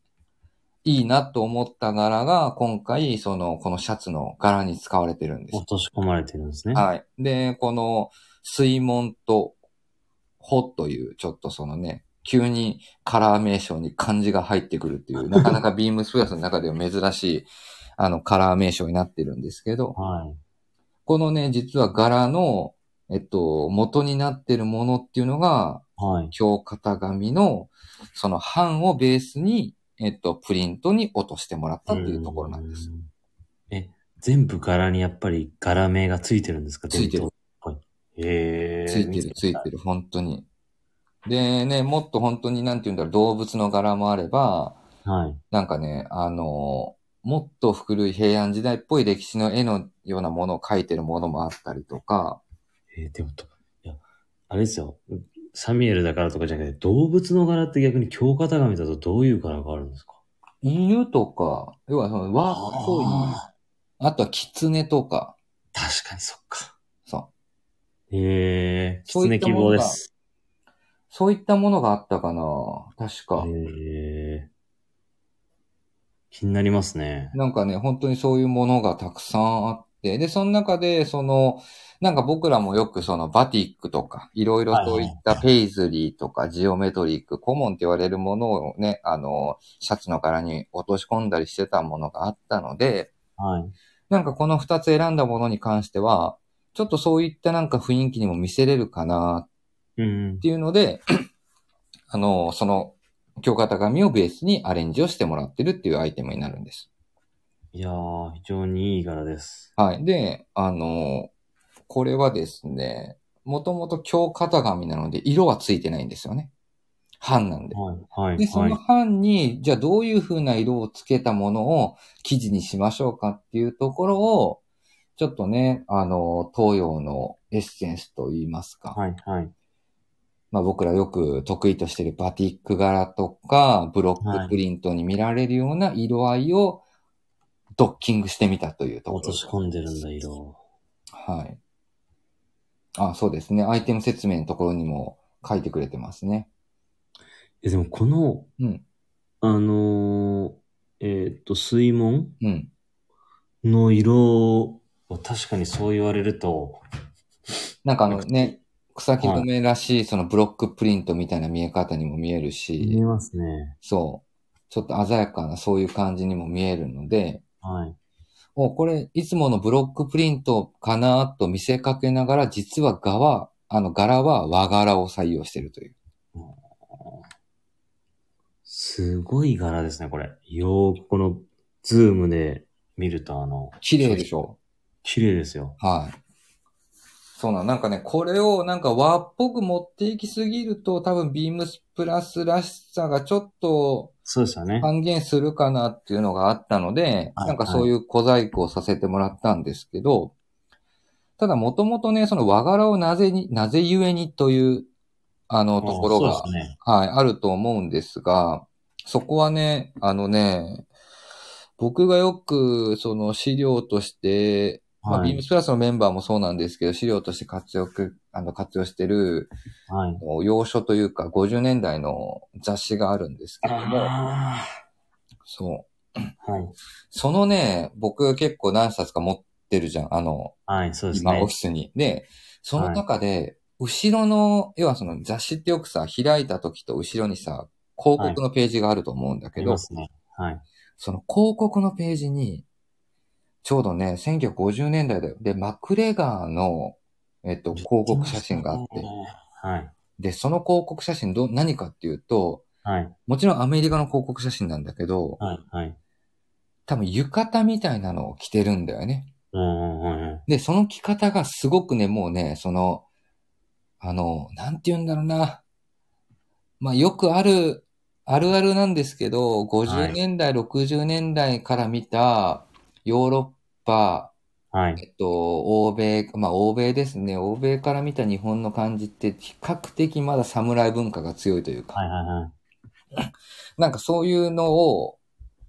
S1: いいなと思った柄が、今回、その、このシャツの柄に使われてるんです
S2: 落。とし込まれてるんですね。
S1: はい。で、この、水門と、穂という、ちょっとそのね、急にカラー名称に漢字が入ってくるって いう、なかなかビームスプラスの中では珍しい、あの、カラー名称になってるんですけど、
S2: はい。
S1: このね、実は柄の、えっと、元になってるものっていうのが、
S2: はい。
S1: 京型紙の、その版をベースに、えっと、プリントに落としてもらったっていうところなんです。
S2: うん。え、全部柄にやっぱり柄名がついてるんですか
S1: ついてる。
S2: 伝統はい。へえ。
S1: ついてる、ついて
S2: る。
S1: る、本当に。でね、もっと本当に、なんて言うんだろう、動物の柄もあれば、
S2: はい。
S1: なんかね、あの、もっと古い平安時代っぽい歴史の絵のようなものを描いてるものもあったりとか、
S2: えー、でもと、いや、あれですよ。サミュエルだからとかじゃなくて、動物の柄って逆に京型紙だとどういう柄があるんですか
S1: 犬とか、要はその和っぽい、
S2: あ
S1: あとは狐とか、
S2: ー確かにそっか。
S1: そう。
S2: へえ。
S1: そうい
S2: 狐
S1: った
S2: 希
S1: もの
S2: 望
S1: が
S2: です。
S1: そういったものがあったかな確か。
S2: へえ。気になりますね。
S1: なんかね、本当にそういうものがたくさんあって、で、その中で、その、なんか僕らもよくそのバティックとか、いろいろそういったペイズリーとかジオメトリック、コモンって言われるものをね、あの、シャツの柄に落とし込んだりしてたものがあったので、
S2: はい。
S1: なんかこの二つ選んだものに関しては、ちょっとそういったなんか雰囲気にも見せれるかな
S2: うん
S1: っ。ていうので、あの、その、京型紙をベースにアレンジをしてもらってるっていうアイテムになるんです。
S2: いやー、非常にいい柄です。
S1: はい。で、あの、これはですね、もともと強型紙なので、色はついてないんですよね。版なんで。
S2: はい。はい。
S1: で、そ
S2: はい
S1: の。版に、じゃあどういう風な色をつけたものを生地にしましょうかっていうところを、ちょっとね、あの、東洋のエッセンスと言いますか。
S2: はい。はい。
S1: まあ僕らよく得意としているバティック柄とか、ブロッ
S2: はい
S1: クプリントに見られるような色合いをドッキングしてみたというところ
S2: 落
S1: で
S2: と
S1: す。
S2: し込んでるんだ、色を。
S1: はい。あ、そうですね。アイテム説明のところにも書いてくれてますね。
S2: え、でもこの、
S1: うん。
S2: あのー、えーっと、水門
S1: うん。
S2: の色は確かにそう言われると、
S1: なんかあのね、草木染めらしい、そのブロックプリントみたいな見え方にも見える
S2: 見え
S1: し、
S2: ますね。
S1: そう。ちょっと鮮やかなそういう感じにも見えるので、
S2: はい。
S1: お、これ、いつものブロックプリントかなと見せかけながら、実は柄は、あの柄は和柄を採用してるという。
S2: すごい柄ですね、これ。よーくこの、ズームで見ると、あの、
S1: 綺麗でしょ
S2: 綺麗ですよ。
S1: はい。そうなん、なんかね、これをなんか和っぽく持っていきすぎると、多分ビームスプラスらしさがちょっと
S2: そうですよね。
S1: 半減するかなっていうのがあったので、
S2: はい
S1: なんかそういう小細工をさせてもらったんですけど、ただもともとね、その和柄をなぜに、なぜゆえにという、あの、ところが
S2: そう、ですね。
S1: はい、あると思うんですが、そこはね、あのね、僕がよく、その資料として、まあ、
S2: は
S1: ビー
S2: い
S1: ム。スプラスのメンバーもそうなんですけど、資料として活用く、あの、活用してる、
S2: はい。
S1: お要所というか、50年代の雑誌があるんですけども、
S2: あ
S1: そう。
S2: ーはい。
S1: そのね、僕結構何冊か持ってるじゃん、あの、
S2: はい、そうです
S1: 今オ
S2: ね
S1: フィ。スに。で、その中で、後ろの、要はその雑誌ってよくさ、開いた時と後ろにさ、広告のページがあると思うんだ
S2: あ
S1: け
S2: り
S1: ど、
S2: ますね。はい。
S1: その広告のページに、ちょうどね、1950年代だよ。で、マクレガーの、えっと、広告写真があって。
S2: はい。
S1: で、その広告写真ど、何かっていうと、
S2: はい。
S1: もちろんアメリカの広告写真なんだけど、
S2: はい。はい。
S1: 多分浴衣みたいなのを着てるんだよね。
S2: うんうんうんうん。
S1: で、その着方がすごくね、もうね、その、あの、なんて言うんだろうな。まあ、よくある、あるあるなんですけど、
S2: は
S1: 50
S2: い
S1: 年代、60年代から見たヨーロッパ、
S2: は
S1: え
S2: い。
S1: っと、欧米、まあ、欧米ですね。欧米から見た日本の感じって、比較的まだ侍文化が強いというか、
S2: はいはいはい。
S1: なんかそういうのを、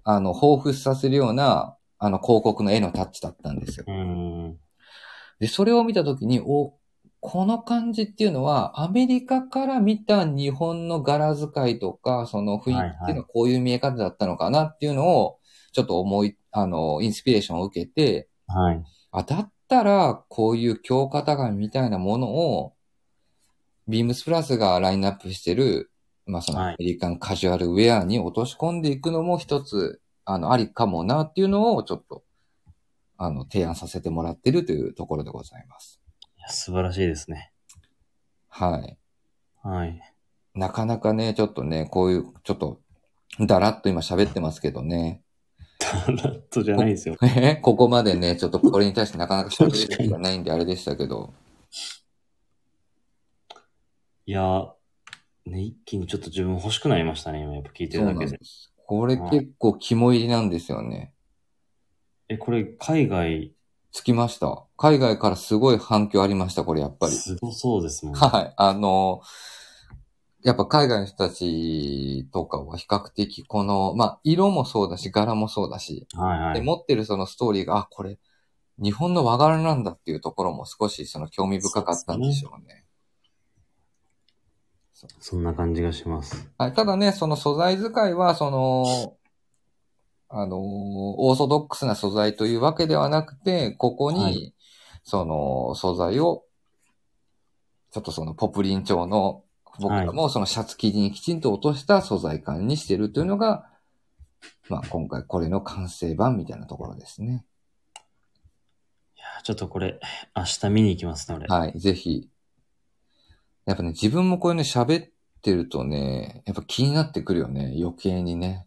S1: あの、彷彿させるような、あの、広告の絵のタッチだったんですよ。
S2: うん。
S1: で、それを見たときに、お、この感じっていうのは、アメリカから見た日本の柄使いとか、その雰囲気っていうのはこういう見え方だったのかなっていうのを、ちょっと思い、あの、インスピレーションを受けて、
S2: はい。
S1: あ、だったら、こういう強型紙みたいなものを、ビームスプラスがラインナップしてる、まあその
S2: はい
S1: アメリカンカジュアルウェアに落とし込んでいくのも一つ、あの、ありかもなっていうのをちょっと、あの、提案させてもらってるというところでございます。
S2: いや素晴らしいですね。
S1: はい。
S2: はい。
S1: なかなかね、ちょっとね、こういう、ちょっと、だらっと今喋ってますけどね。
S2: ラットじゃないですよ。
S1: ここまでね、ちょっとこれに対してなかなか喋る気がないんであれでしたけど。
S2: いやー、ね、一気にちょっと自分欲しくなりましたね、今やっぱ聞いて
S1: そう
S2: る
S1: な
S2: だ
S1: ん
S2: け
S1: で
S2: で。
S1: す。これ結構肝入りなんですよね。
S2: え、これ海外、
S1: つきました。海外からすごい反響ありました、これやっぱり。
S2: すごそうですもんね。
S1: はい。あの、やっぱ海外の人たちとかは比較的この、まあ、色もそうだし、柄もそうだし、
S2: はいは
S1: で、
S2: い。
S1: 持ってるそのストーリーが、あ、これ、日本の和柄なんだっていうところも少しその興味深かったんでしょうね。
S2: そんな感じがします。
S1: はい、ただね、その素材使いは、その、あのー、オーソドックスな素材というわけではなくて、ここに、
S2: はい
S1: その素材を、ちょっとそのポプリン調の、僕らもそのシャツ生地にきちんと落とした素材感にしてるというのが、まあ今回これの完成版みたいなところですね。
S2: いやーちょっとこれ、明日見に行きますね、俺。
S1: はい、ぜひ。やっぱね、自分もこういうの喋ってるとね、やっぱ気になってくるよね、余計に ね。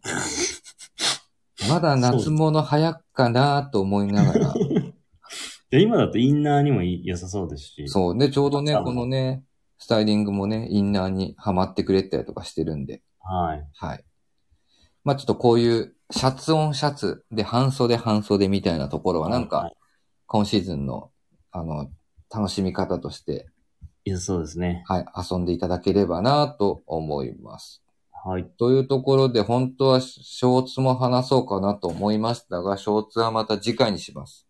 S1: まだ夏物早くかなと思いながら。
S2: で今だとインナーにもい良さそうですし。
S1: そう。で、ちょうどね、
S2: あの
S1: このね、スタイリングもね、インナーにはまってくれたりとかしてるんで。
S2: はい。
S1: はい。まあちょっとこういうシャツオンシャツで半袖半袖みたいなところはなん
S2: は
S1: か
S2: い、
S1: 今シーズンの、あの、楽しみ方として、
S2: 良さそうですね。
S1: はい、遊んでいただければなと思います。
S2: はい。
S1: というところで、本当はショーツも話そうかなと思いましたが、ショーツはまた次回にします。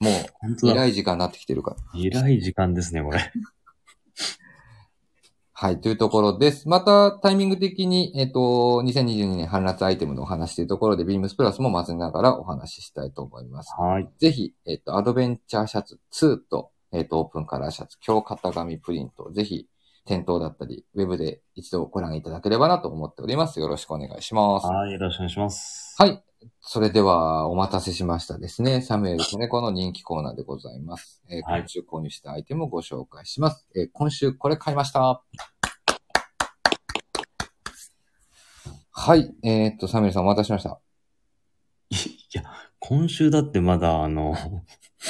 S1: も
S2: 本
S1: う、
S2: 当だ。
S1: 偉い時間になってきてるから。
S2: 偉い時間ですね、これ。
S1: はい、というところです。また、タイミング的に、えっ、と、2022年春夏アイテムのお話というところで、ビームスプラスも混ぜながらお話ししたいと思います。
S2: はい。
S1: ぜひ、えっ、と、アドベンチャーシャツ2と、えっ、と、オープンカラーシャツ、今日型紙プリント、ぜひ、店頭だったり、ウェブで一度ご覧いただければなと思っております。よろしくお願いします。
S2: はい、よろしくお願いします。
S1: はい。それでは、お待たせしましたですね。サムエル子猫の人気コーナーでございます。えー
S2: はい
S1: 今週購入したアイテムをご紹介します。えー今週これ買いました。はい。えーっと、サムエルさんお待たせしました。
S2: 今週だってまだあの、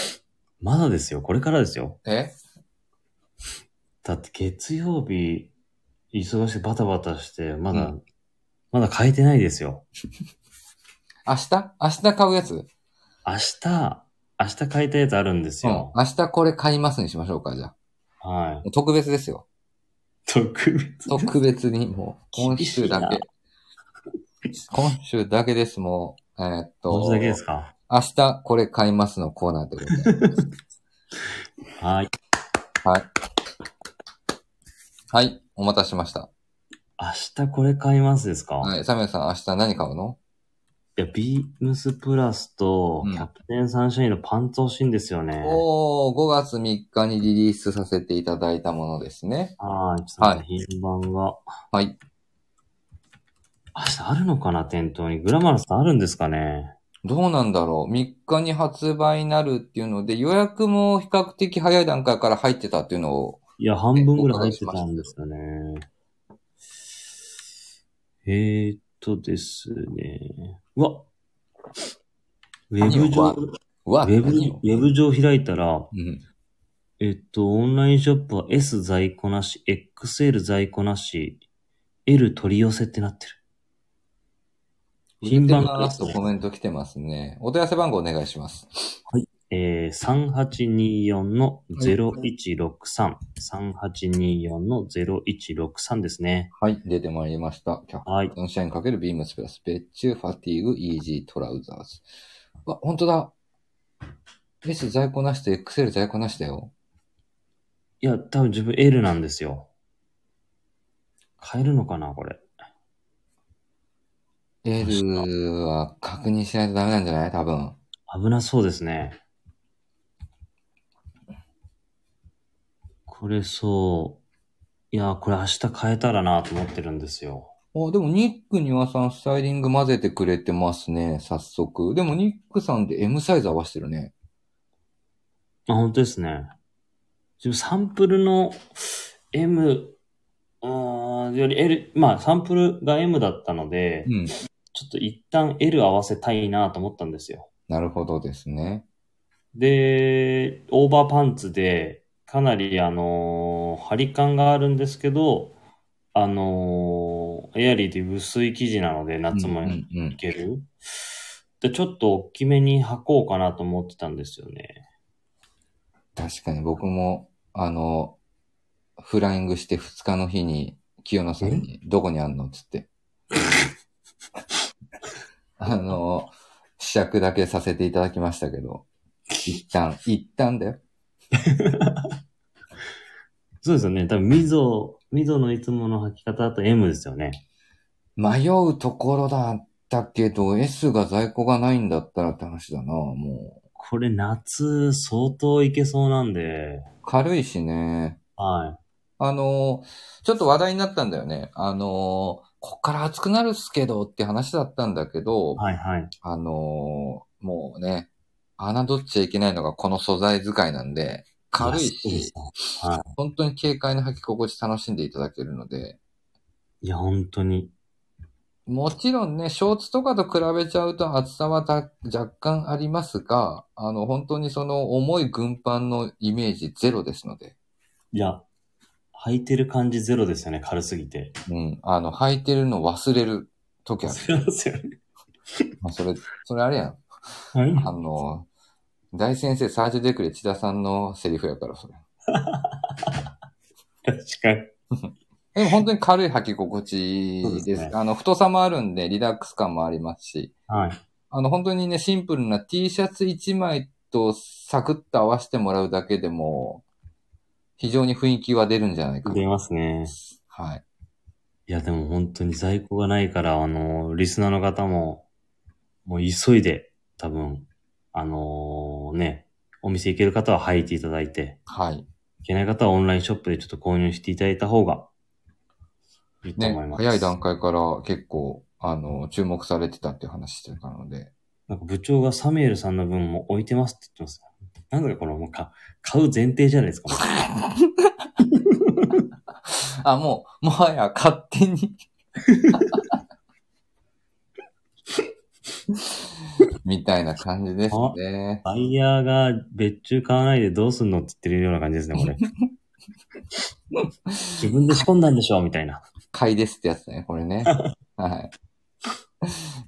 S2: まだですよ。これからですよ。
S1: え
S2: だって月曜日、忙しいバタバタして、まだ、
S1: う
S2: まだ変えてないですよ。
S1: 明日明日買うやつうん。
S2: 明日、明日変えたやつあるんですよ
S1: 明。日これ買いますにしましょうか、じゃあ。
S2: はい。
S1: もう特別ですよ。
S2: 特別。
S1: 特別に、もう、今週だけ。今週だけです、もう。えーっと。
S2: これだけですか
S1: 明日これ買いますのコーナーってこと で。
S2: はい。
S1: はい。はい、お待たせしました。
S2: 明日これ買いますですか、い、
S1: はい、サミュエルさん明日何買うの
S2: や、ビームスプラスと
S1: うん
S2: キャプテンサンシャインのパンツ欲しいんですよね。
S1: おー、5月3日にリリースさせていただいたものですね。
S2: はい。ちょっと待って品番が。
S1: はい。
S2: 明日あるのかな店頭に。グラマラスさんあるんですかね
S1: どうなんだろう ?3 日に発売になるっていうので、予約も比較的早い段階から入ってたっていうのを、
S2: いや、半分ぐらい入ってたんですよね。えーっとですね。うわウェブ
S1: 何
S2: 上、
S1: を
S2: ウ
S1: うわ、
S2: ェブ、
S1: 何を
S2: ウェブ上開いたら、
S1: うん。
S2: えっと、オンラインショップは S 在庫なし、XL 在庫なし、L 取り寄せってなってる。品番
S1: 売れてますとコメント来てますね。お問い合わせ番号お願いします。
S2: えー、3824の0163。3824の0163ですね。
S1: はい、出てまいりました。キャ
S2: はい。
S1: 4社にかけるビームスプラス、別注、ファティーグ、イージー、トラウザーズ。うわ、ほんとだ。S 在庫なしと XL 在庫なしだよ。
S2: いや、多分自分 L なんですよ。買えるのかな、これ。
S1: L は確認しないとダメなんじゃない多分。
S2: 危なそうですね。これそう。いやー、これ明日変えたらなと思ってるんですよ。
S1: あ、でもニックにはさんスタイリング混ぜてくれてますね、早速。でもニックさんで M サイズ合わせてるね。
S2: あ、本当ですね。自分サンプルの M、あーより L、まあサンプルが M だったので、
S1: うん。
S2: ちょっと一旦 L 合わせたいなと思ったんですよ。
S1: なるほどですね。
S2: で、オーバーパンツで、かなりあのー張り感があるんですけど、あのーエアリーという薄い生地なので、夏も
S1: うん
S2: い
S1: うんうん。
S2: ける。で、ちょっと大きめに履こうかなと思ってたんですよね。
S1: 確かに僕も、あの、フライングして2日の日に、清野さんに、どこにあんのっつって。あの、試着だけさせていただきましたけど、一旦、一旦だよ。
S2: そうですよね。多分、溝、溝のいつもの履き方だと M ですよね。
S1: 迷うところだったけど、S が在庫がないんだったらって話だな、もう。
S2: これ夏、相当いけそうなんで、
S1: 軽いしね。
S2: は
S1: あのーちょっと話題になったんだよね。あのーこっから暑くなるっすけどって話だったんだけど、
S2: い。はいはい。
S1: あのーもうね、侮っちゃいけないのがこの素材使いなんで、軽い
S2: やそうで
S1: し
S2: す、ね
S1: 本当に軽快な履き心地楽しんでいただけるので、
S2: いや、本当に。
S1: もちろんね、ショーツとかと比べちゃうと厚さはた若干ありますが、あの、本当にその重い軍パンのイメージゼロですので、
S2: いや、履いてる感じゼロですよね、軽すぎて。
S1: うん、あの、履いてるの忘れる時ある。
S2: そうですよね。
S1: まあ、それ、それあれやん。
S2: はい
S1: あの、大先生、サージュ・デクレ、千田さんのセリフやから、それ。
S2: 確かに。
S1: でも本当に軽い履き心地
S2: そう
S1: で。
S2: ですすね
S1: あの、太さもあるんで、リラックス感もありますし、
S2: はい。
S1: あの、本当にね、シンプルな T シャツ1枚とサクッと合わせてもらうだけでも、非常に雰囲気は出るんじゃないか
S2: 出
S1: な。
S2: ますね。
S1: はい。
S2: いや、でも本当に在庫がないから、あの、リスナーの方も、もう急いで、多分、あのね、お店行ける方は履いていただいて、
S1: はい。
S2: 行けない方はオンラインショップでちょっと購入していただいた方が、いいと
S1: ね
S2: 思いま、す。
S1: 早い段階から結構、あの、注目されてたっていう話してたので、
S2: なんか部長がサミュエルさんの分も置いてますって言ってます。なんだかこれもうか買う前提じゃないですか。もう
S1: あ、もう、もはや勝手 に。みたいな感じですね。
S2: バイヤーが別注買わないでどうすんのって言ってるような感じですね、こ れ。自分で仕込んだんでしょみたいな。
S1: 買いですってやつだね、これ ね。はい。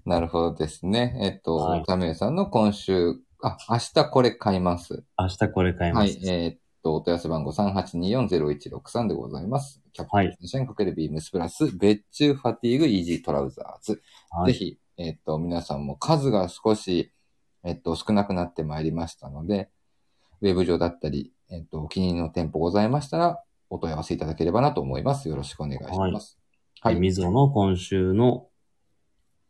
S1: なるほどですね。えっ
S2: は
S1: と
S2: い、
S1: サミュエルさんの今週、あ、明日これ買います。
S2: 明日これ買い
S1: は
S2: ま
S1: い
S2: す。。
S1: えっと、お問い合わせ番号3824-0163でございます。キャプ
S2: はい
S1: テンシャンかけるビームスプラス、別注ファティーグイージートラウザーズ。
S2: は
S1: ぜ
S2: い。
S1: ひ、えっと、皆さんも数が少し、えっと、少なくなってまいりましたので、ウェブ上だったり、えっと、お気に入りの店舗ございましたら、お問い合わせいただければなと思います。よろしくお願いします。
S2: はい。みぞの今週の、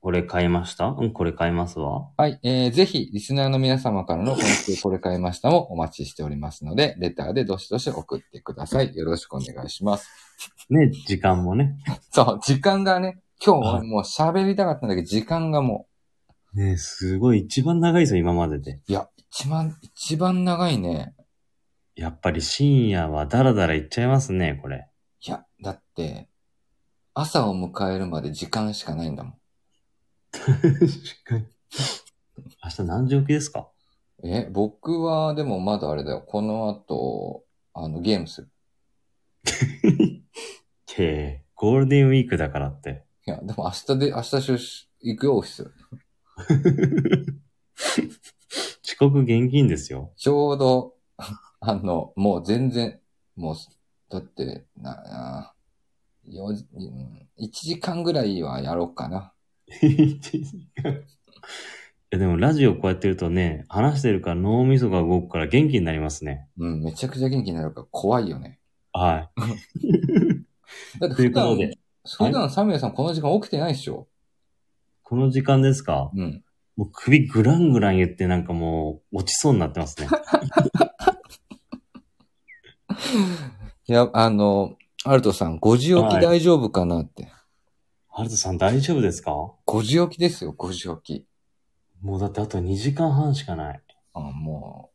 S2: これ買いましたうん、これ買いますわ。
S1: はい、えー、ぜひ、リスナーの皆様からの今週これ買いましたもお待ちしておりますので、レターでどしどし送ってください。よろしくお願いします。
S2: ね、時間もね。
S1: そう、時間がね、今日
S2: は
S1: ももう喋りたかったんだけど、時間がも
S2: ね、すごい一番長いですよ、今までで。
S1: う、いや、一番、一番長いね。
S2: やっぱり深夜はダラダラいっちゃいますね、こ れ。
S1: いや、だって、朝を迎えるまで時間しかないんだも
S2: 確かに。明日何時起きですか
S1: ん。え、僕はでもまだあれだよ、この後、あの、ゲームする。
S2: けえ、ゴールデンウィークだからって。
S1: いや、でも明日で、明日出社行くよ、オフィス。
S2: 遅刻厳禁ですよ。
S1: ちょうど、 あの、もう全然、もう、だって、な、あ4時、うん1時間ぐらいはやろうかな。
S2: いやでもラジオこうやってるとね、話してるから脳みそが動くから元気になりますね。
S1: うん、めちゃくちゃ元気になるから怖いよね。
S2: は
S1: だって
S2: い。と
S1: 普
S2: いうこ
S1: 段
S2: と、で、
S1: 普段サミュエルさんこの時間起きてないでしょ
S2: この時間ですか
S1: うん。
S2: もう首グラングラン言ってなんかもう落ちそうになっ てますね。
S1: いや、あの、ハルトさん、5時起
S2: は
S1: き
S2: い
S1: 大丈夫かなって。
S2: ハルトさん大丈夫ですかも
S1: 5時起きですよ、5時起き。
S2: うだってあと2時間半しかない。
S1: あも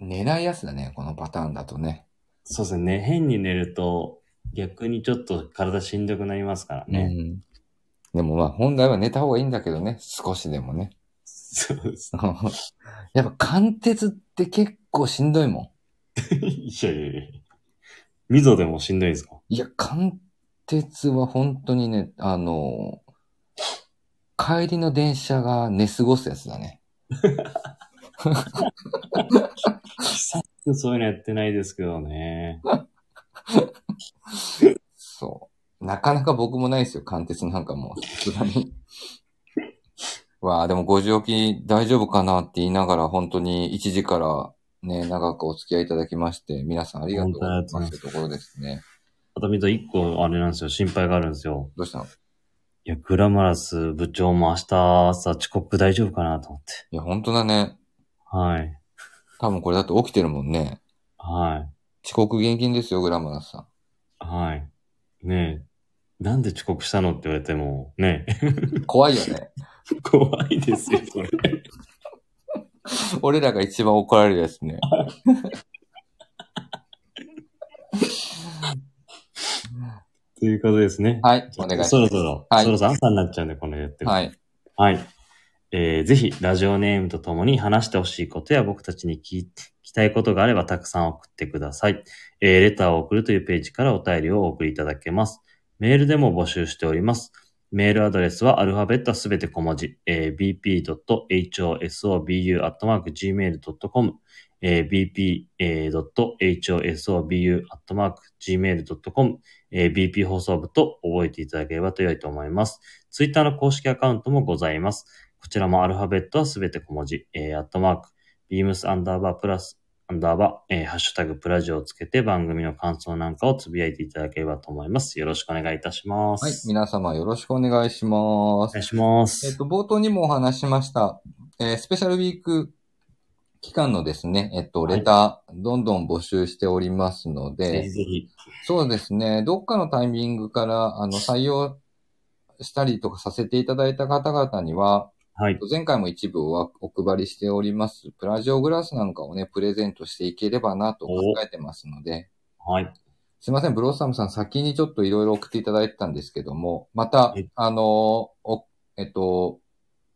S1: う、寝ないやつだね、このパターンだとね。
S2: そうですね。変に寝ると、逆にちょっと体しんどくなりますからね。
S1: うん。でもまあ、本来は寝た方がいいんだけどね、少しでもね。
S2: そうです。
S1: やっぱ貫徹って結構しんどいもん。
S2: いやいやいや。溝でもしんどいですか
S1: いや、貫徹は本当にね、あの、帰りの電車が寝過ごすやつだね。
S2: そういうのやってないですけどね。
S1: そう。なかなか僕もないですよ、貫徹なんかもう。さすがに。 わあ、でも5時起き大丈夫かなって言いながら、本当に1時からね、長くお付き合いいただきまして、皆さんありがとうござい
S2: 本当
S1: ま
S2: だ
S1: すというところですね。
S2: あと溝一個あれなんですよ。心配があるんですよ。
S1: どうしたの
S2: いや、グラマラス部長も明日朝遅刻大丈夫かなと思って。
S1: いや、本当だね。
S2: はい。
S1: 多分これだって起きてるもんね。
S2: はい。
S1: 遅刻厳禁ですよ、グラマラスさん。
S2: はい。ねえ。なんで遅刻したのって言われても、ね
S1: 怖いよ ね。
S2: え。 怖いですよ、それ。
S1: 俺らが一番怒られるやつね。
S2: ということですね。
S1: はい、お願いし
S2: そ
S1: ま
S2: ろ
S1: す。
S2: そろ、
S1: はい
S2: そろそろ朝になっちゃうんで、これやってると
S1: はい。
S2: はい。えーぜひ、ラジオネームとともに話してほしいことや僕たちに聞いて聞きたいことがあればたくさん送ってください。えーレターを送るというページからお便りをお送りいただけます。メールでも募集しております。メールアドレスはアルファベットすべて小文字、えー bp.hosobu.gmail.com、えー bp.hosobu.gmail.com、えー bp 放送部と覚えていただければと良いと思います。ツイッターの公式アカウントもございます。こちらもアルファベットはすべて小文字、えー、アットマーク、ビームスアンダーバープラス、アンダーバー、えー、ハッシュタグプラジオをつけて番組の感想なんかをつぶやいていただければと思います。よろしくお願いいたします。
S1: はい、皆様よろしくお願いしま
S2: お願い
S1: す。
S2: しま
S1: えっ
S2: す。
S1: と、冒頭にもお話ししました、えースペシャルウィーク期間のですね、えっと、
S2: はい
S1: レター、どんどん募集しておりますの
S2: ぜひ
S1: で、
S2: ぜひ。
S1: そうですね、どっかのタイミングから、あの、採用したりとかさせていただいた方々には、
S2: はい。
S1: 前回も一部はお配りしております、プラジオグラスなんかをね、プレゼントしていければなと考えてますので、
S2: はい。
S1: すいません、ブロッサムさん、先にちょっといろいろ送っていただいてたんですけども、また
S2: はい、
S1: あの、おえっと、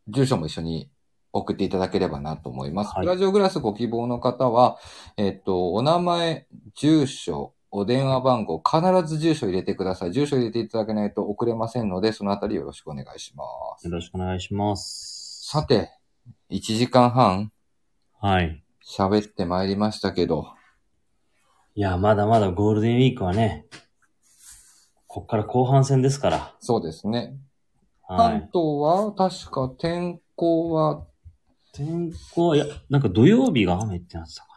S1: 住所も一緒に送っていただければなと思います。
S2: はい
S1: プラジオグラスご希望の方は、えっと、お名前、住所、お電話番号、必ず住所入れてください。住所入れていただけないと送れませんので、そのあたりよろしくお願いします
S2: よ。ろしくお願いします。
S1: さて、1時間半
S2: はい。
S1: 喋ってまいりましたけど、
S2: いや、まだまだゴールデンウィークはね、こっから後半戦ですから。
S1: そうですね。
S2: は
S1: 関
S2: い。
S1: 東は確か天候は
S2: 天候は、いや、なんか土曜日が雨ってなってたかな。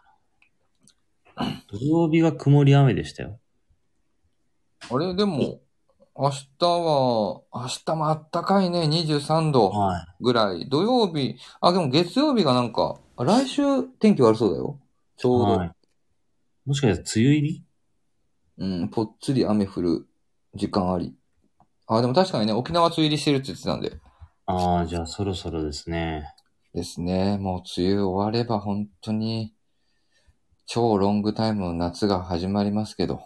S2: 土曜日が曇り雨でしたよ。
S1: あれ、でも、明日は、明日もあったかいね、23度
S2: は
S1: ぐらい。土曜日、あ、でも月曜日がなんか、あ来週天気悪そうだよ。ち
S2: い。
S1: ょうど、
S2: はい。もしかしたら梅雨入り
S1: うん、ぽっつり雨降る時間あり。あ、でも確かにね、沖縄梅雨入りしてるって言ってたんで。
S2: ああ、じゃあそろそろですね。
S1: ですね、もう梅雨終われば本当に、超ロングタイムの夏が始まりますけど。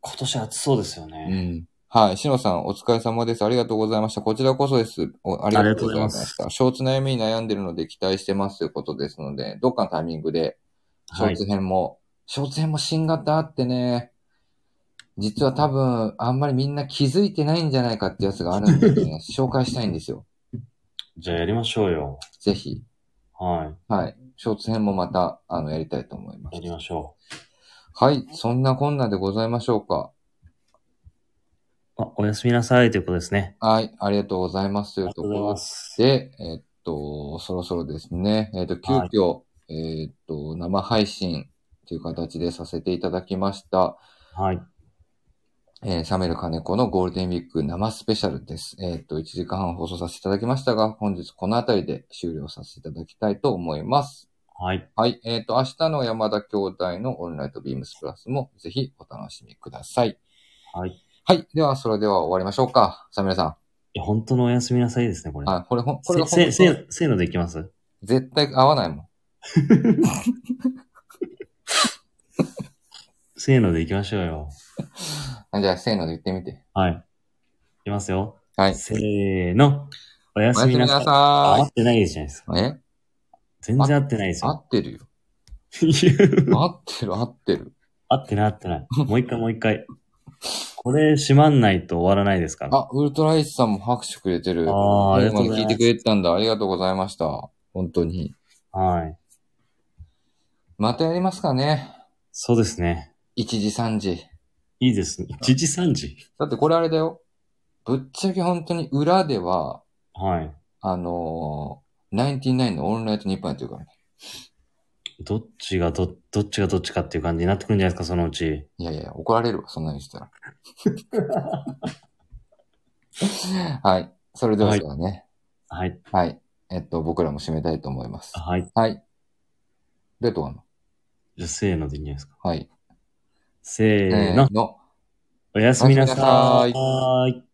S2: 今年暑そうですよ
S1: う
S2: ね。
S1: ん。はい。しのさん、お疲れ様です。ありがとうございました。こちらこそです。おありがとうございま
S2: あり
S1: した。ショーツ悩みに悩んでるので期待してますということですので、どっかのタイミングで、ショ
S2: は
S1: ー
S2: い
S1: ツ。編も、ショーツ編も新型あってね、実は多分、あんまりみんな気づいてないんじゃないかってやつがあるんで ね、紹介したいんですよ。
S2: じゃあやりましょうよ。
S1: ぜひ。
S2: は
S1: はい。ショーツ編もまた、あの、やりたいと思いま
S2: い。や
S1: す
S2: り。ましょ
S1: はい。そんなこんなでございましょうか。
S2: う。あ、おやすみなさいということですね。
S1: はい。ありがとうございます。と
S2: あ
S1: いう
S2: りが
S1: とこ
S2: とうござい
S1: ろ
S2: ます。
S1: で、えっと、そろそろですね、えっと、急遽、えっと、生配信という形でさせていただきました、
S2: はい。
S1: えー、冷める金子のゴールデンウィーク生スペシャルです。えっと、1時間半放送させていただきましたが、本日このあたりで終了させていただきたいと思います。
S2: はい。
S1: はい、えっと、明日の山田兄弟のオンライトビームスプラスもぜひお楽しみください。
S2: はい。
S1: はい。では、それでは終わりましょうか。さあ皆さ
S2: いや、本当のおやすみなさいですね、これ。
S1: ん。あ、これほん、これ
S2: せ、
S1: が本
S2: せ、
S1: 当
S2: せ、せーのでいきます
S1: 絶対合わないもん。
S2: せーのでいきましょうよ。
S1: あじゃあ、せーので言ってみて。
S2: はい。いきますよ。
S1: はい。
S2: せーの。おや
S1: お
S2: す
S1: やす
S2: み
S1: み
S2: な
S1: な
S2: さい。あ合
S1: さ
S2: ってないですじゃないですか。
S1: ーい。え
S2: 全然合ってないです
S1: 合
S2: よ。
S1: ってるよ。
S2: いや
S1: 合ってる、合ってる。
S2: 合ってない合ってない。もう一回もう一回。これ閉まんないと終わらないですから。
S1: あ、ウルトライスさんも拍手くれてる。
S2: あーありがとうございます
S1: 今聞いてくれてたんだ。ありがとうございました。本当に。
S2: はい。
S1: またやりますかね。
S2: そうですね。
S1: 1時、3時。
S2: いいですね。1時3時。
S1: だってこれあれだよ。ぶっちゃけ本当に裏では、
S2: はい。
S1: あのー、ナインティナインのオンライト日本やってるからね。
S2: どっちがど、どっちがどっちかっていう感じになってくるんじゃないですか、そのうち。
S1: いやいや、怒られるわ、そんなにした ら。はい。それではそうだね、
S2: はい。
S1: はい。えっと、僕らも締めたいと思います。
S2: はい。
S1: はい。レッドワンの。
S2: じゃあ、せーのでいいんじゃないですか。
S1: はい。
S2: せーの。
S1: の。
S2: おやすみなさ
S1: おやすみ
S2: ーい。